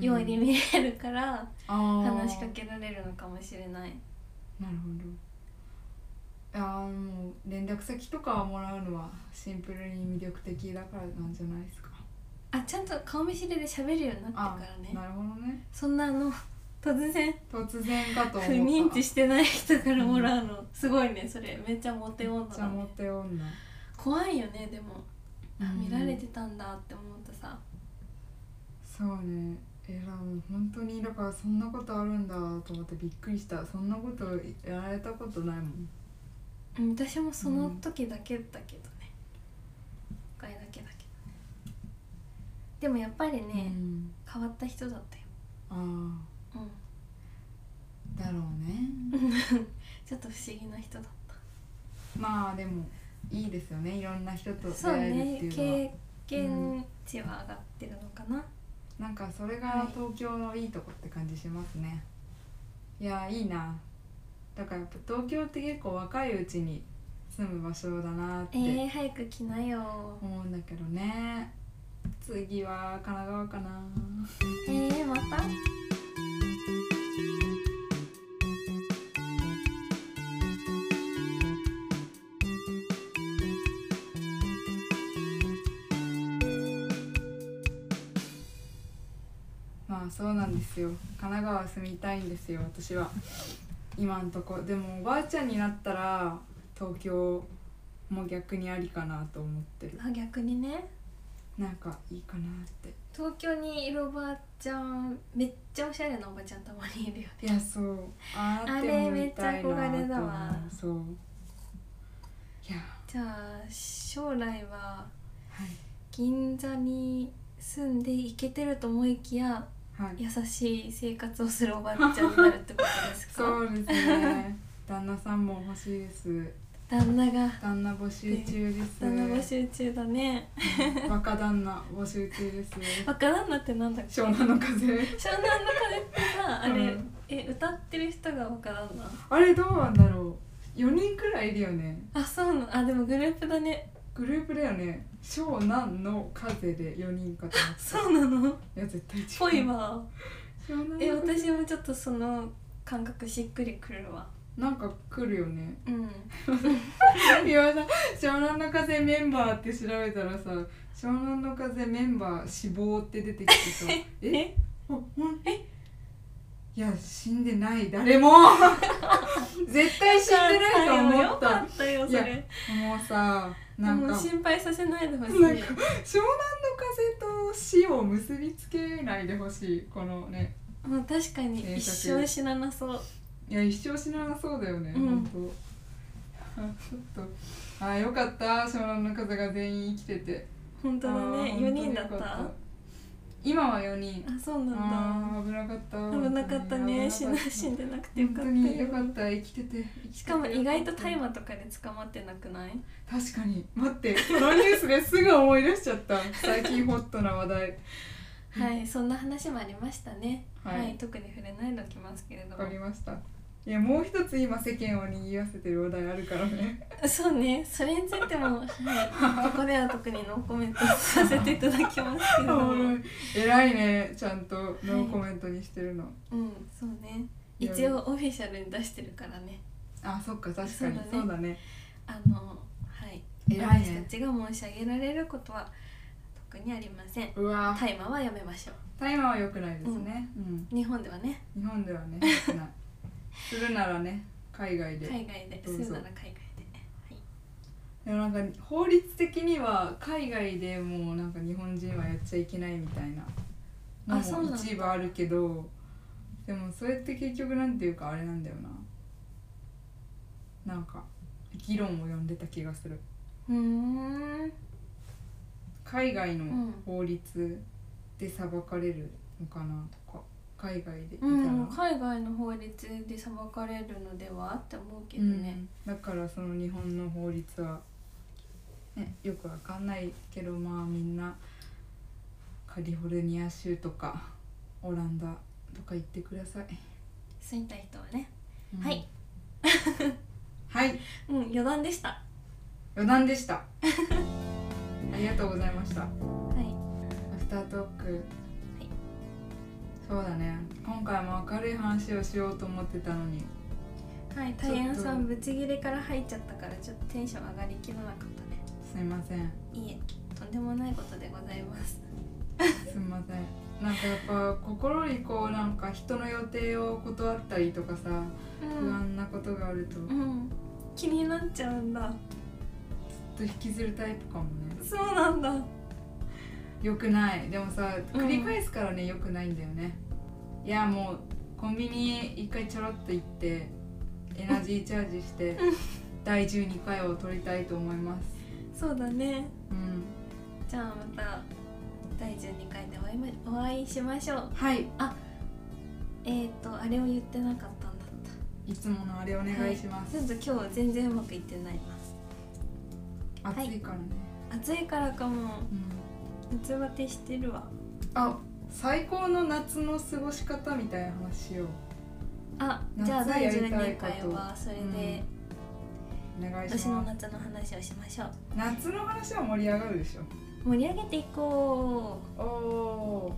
[SPEAKER 1] ように見えるから、話
[SPEAKER 2] 話
[SPEAKER 1] しかけられるのかもしれない
[SPEAKER 2] なるほどあーもう連絡先とかもらうのはシンプルに魅力的だからなんじゃないですか
[SPEAKER 1] あちゃんと顔見知りで喋るようになって
[SPEAKER 2] あ
[SPEAKER 1] からね
[SPEAKER 2] なるほどね
[SPEAKER 1] そんなあの突然
[SPEAKER 2] 突然かと
[SPEAKER 1] 不
[SPEAKER 2] 思った
[SPEAKER 1] 認知してない人からもらうの、すごいねそれめっちゃモテ
[SPEAKER 2] めっ
[SPEAKER 1] 女
[SPEAKER 2] ちゃ
[SPEAKER 1] だ
[SPEAKER 2] モ
[SPEAKER 1] ね
[SPEAKER 2] テ女
[SPEAKER 1] 怖いよねでも、あ
[SPEAKER 2] うん
[SPEAKER 1] 見られてたんだって思うとさ
[SPEAKER 2] そうねえらもう本当にだからそんなことあるんだと思ってびっくりしたそんなことやられたことないもん
[SPEAKER 1] うん私もその時だけだけどね、一回だけだけどねでもやっぱりね、
[SPEAKER 2] うん
[SPEAKER 1] 変わった人だったよ、
[SPEAKER 2] あ
[SPEAKER 1] うん、
[SPEAKER 2] あだろう ね
[SPEAKER 1] ちょっと不思議な人だった
[SPEAKER 2] まあでもいいですよねいろんな人と出
[SPEAKER 1] そう
[SPEAKER 2] 会え
[SPEAKER 1] ね
[SPEAKER 2] るっていうのは、
[SPEAKER 1] 経験値は上がってるのかな、
[SPEAKER 2] なんかそれ
[SPEAKER 1] は
[SPEAKER 2] が
[SPEAKER 1] い
[SPEAKER 2] 東京のいいとこって感じしますね、い、やいいなだからやっぱ東京って結構若いうちに住む場所だなって
[SPEAKER 1] えー、早く来なよ
[SPEAKER 2] 思うんだけどね次は神奈川かな
[SPEAKER 1] えー、また
[SPEAKER 2] まあそうなんですよ神奈川住みたいんですよ私は今んとこでもおばあちゃんになったら東京も逆にありかなと思ってる
[SPEAKER 1] あ逆にね
[SPEAKER 2] なんかいいかなって
[SPEAKER 1] 東京にいるおばあちゃんめっちゃおしゃれなおばちゃんたまにいるよ
[SPEAKER 2] いやそうあーって
[SPEAKER 1] あれ
[SPEAKER 2] もみたいなと思う
[SPEAKER 1] めっちゃ憧れだわ
[SPEAKER 2] そういや
[SPEAKER 1] じゃあ将来は
[SPEAKER 2] は
[SPEAKER 1] 銀座に住んでいけてると思いきや
[SPEAKER 2] いはい
[SPEAKER 1] 優しい生活をするおばあちゃんになるってことです
[SPEAKER 2] そ
[SPEAKER 1] か
[SPEAKER 2] うですね旦那さんも欲しいです
[SPEAKER 1] 旦那が
[SPEAKER 2] 旦那募集中です
[SPEAKER 1] 旦那募集中だね
[SPEAKER 2] バカ旦那募集中です
[SPEAKER 1] 若旦那ってなんだっけ
[SPEAKER 2] 湘南の風
[SPEAKER 1] 湘南の風ってさあれ、
[SPEAKER 2] うん
[SPEAKER 1] え歌ってる人が若旦那
[SPEAKER 2] あれどうなんだろう4人くらいいるよね
[SPEAKER 1] あそうなのあでもグループだね
[SPEAKER 2] グループだよね湘南の風で4人かと思った
[SPEAKER 1] そうなの
[SPEAKER 2] いや絶対違う
[SPEAKER 1] ぽいわ
[SPEAKER 2] 湘南の風
[SPEAKER 1] え私もちょっとその感覚しっくりくるわ
[SPEAKER 2] なんか来るよね
[SPEAKER 1] うん
[SPEAKER 2] 今さ湘南の風メンバーって調べたらさ湘南の風メンバー死亡って出てきてさえ
[SPEAKER 1] え
[SPEAKER 2] あほんえいや死んでない 誰も絶対死んでないと思
[SPEAKER 1] よ か
[SPEAKER 2] った
[SPEAKER 1] ったよそ
[SPEAKER 2] いや
[SPEAKER 1] れ
[SPEAKER 2] もうさなん
[SPEAKER 1] もう
[SPEAKER 2] か
[SPEAKER 1] 心配させないでほしい
[SPEAKER 2] なんか湘南の風と死を結びつけないでほしいこのね
[SPEAKER 1] もう確か
[SPEAKER 2] ね
[SPEAKER 1] に一生死ななそう
[SPEAKER 2] いや一生死ななそうだよね、
[SPEAKER 1] うん
[SPEAKER 2] 本当ちょっとあーよかった湘南の風が全員生きてて
[SPEAKER 1] 本当だ
[SPEAKER 2] あー
[SPEAKER 1] ね
[SPEAKER 2] 本当
[SPEAKER 1] 4
[SPEAKER 2] に
[SPEAKER 1] 人
[SPEAKER 2] よ
[SPEAKER 1] だ
[SPEAKER 2] か
[SPEAKER 1] ったあ
[SPEAKER 2] 今は4人
[SPEAKER 1] そうなん
[SPEAKER 2] あー危なかった
[SPEAKER 1] だ危なかったね死な死ん
[SPEAKER 2] で
[SPEAKER 1] でなくてよかった
[SPEAKER 2] 本当によか
[SPEAKER 1] よ
[SPEAKER 2] った生きてて生きてて
[SPEAKER 1] しかも意外と大
[SPEAKER 2] よかっ
[SPEAKER 1] 麻とかで捕まってなくない
[SPEAKER 2] た確かに待ってそのニュースですぐ思い出しちゃった最近ホットな話題
[SPEAKER 1] はい、そんな話もありましたね。は、
[SPEAKER 2] はいい
[SPEAKER 1] 特に触れないでおきますけれど
[SPEAKER 2] わかり
[SPEAKER 1] も。
[SPEAKER 2] ましたいやもう一つ今世間を賑わせてる話題あるからね
[SPEAKER 1] そうね、それについても、はい、ここでは特にノーコメントさせていただきますけれ ども。
[SPEAKER 2] 偉いねちゃんとノーコメントにしてるの、
[SPEAKER 1] うん、そうね。
[SPEAKER 2] いや
[SPEAKER 1] 一応オフィシャルに出してるからね。
[SPEAKER 2] あそっか確かに
[SPEAKER 1] そうだね
[SPEAKER 2] そうだね
[SPEAKER 1] あの、はい。
[SPEAKER 2] 偉いね
[SPEAKER 1] 私たちが申し上げられることは特にありません。
[SPEAKER 2] うわ
[SPEAKER 1] 大麻はやめましょ
[SPEAKER 2] タイマーは良くないですね、うん
[SPEAKER 1] う。日本ではね、
[SPEAKER 2] 日本ではね良くないするならね海外で、
[SPEAKER 1] 海外で、
[SPEAKER 2] ど
[SPEAKER 1] す
[SPEAKER 2] うぞ
[SPEAKER 1] るなら海外で。はい。
[SPEAKER 2] でもなんか法律的には海外でもうなんか日本人はやっちゃいけないみたいな
[SPEAKER 1] あそう
[SPEAKER 2] の
[SPEAKER 1] なんだ
[SPEAKER 2] も一部あるけどでもそれって結局なんていうかあれなんだよななんか議論を呼んでた気がする
[SPEAKER 1] うーん。
[SPEAKER 2] 海外の
[SPEAKER 1] ん
[SPEAKER 2] 法律で裁かれるのかなとか海外でいた
[SPEAKER 1] う
[SPEAKER 2] ら、
[SPEAKER 1] ん、海外の法律で裁かれるのではって思うけどね。
[SPEAKER 2] うんだからその日本の法律は、ね、よくわかんないけどまあみんなカリフォルニア州とかオランダとか行ってください、
[SPEAKER 1] 住みたい人はね、
[SPEAKER 2] うん
[SPEAKER 1] はい
[SPEAKER 2] はい
[SPEAKER 1] うん余談でしたは
[SPEAKER 2] 余談でした ありがとうございましたア
[SPEAKER 1] い
[SPEAKER 2] フタートーク、そうだね今回も明るい話をしようと思ってたのに
[SPEAKER 1] はいタイヤンさんブチギレから入っちゃったからちょっとテンション上がりきらなかったね
[SPEAKER 2] すいません
[SPEAKER 1] いいえとんでもないことでございます
[SPEAKER 2] すみませんなんかやっぱ心にこうなんか人の予定を断ったりとかさ
[SPEAKER 1] う
[SPEAKER 2] 不
[SPEAKER 1] ん、
[SPEAKER 2] 安なことがあるとずっ
[SPEAKER 1] うん、気になっちゃうんだ
[SPEAKER 2] と引きずるタイプかもね
[SPEAKER 1] そうなんだ
[SPEAKER 2] よくないでもさ
[SPEAKER 1] うん
[SPEAKER 2] 繰り返すからねよくないんだよね、いやもうコンビニ一回ちょろっと行ってエナジーチャージして第12回を取りたいと思います
[SPEAKER 1] そうだね
[SPEAKER 2] うん
[SPEAKER 1] じゃあまた第12回でお会いまお会いしましょう
[SPEAKER 2] はい
[SPEAKER 1] えっ、とあれを言ってなかったんだっ
[SPEAKER 2] いつものあれお願いします、
[SPEAKER 1] たちょっと今日全然うまくいってないなはい
[SPEAKER 2] 暑いからね、
[SPEAKER 1] 暑いからかも
[SPEAKER 2] うん、
[SPEAKER 1] 夏バテしてるわ
[SPEAKER 2] あ最高の夏の過ごし方みたいな話しよう
[SPEAKER 1] あ
[SPEAKER 2] 夏
[SPEAKER 1] じゃあ第
[SPEAKER 2] やりたいこと
[SPEAKER 1] 12回はそれで
[SPEAKER 2] お願いし
[SPEAKER 1] 私の
[SPEAKER 2] ます
[SPEAKER 1] 夏の話をしましょう
[SPEAKER 2] 夏の話は盛り上がるでし
[SPEAKER 1] 盛り上げていこう
[SPEAKER 2] ょお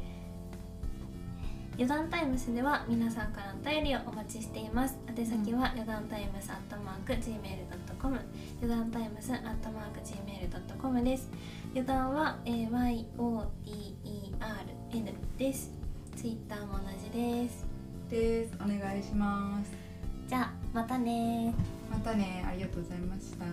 [SPEAKER 1] 余談タイムスでは皆さんからのお便りをお待ちしています宛先は余談タイムスアットマーク Gmail.com 余談タイムスアットマーク Gmail.com です余談は、えー YODERN ですツイッターも同じです
[SPEAKER 2] ーですお願いします
[SPEAKER 1] じゃあまたねー
[SPEAKER 2] またねありがとうございました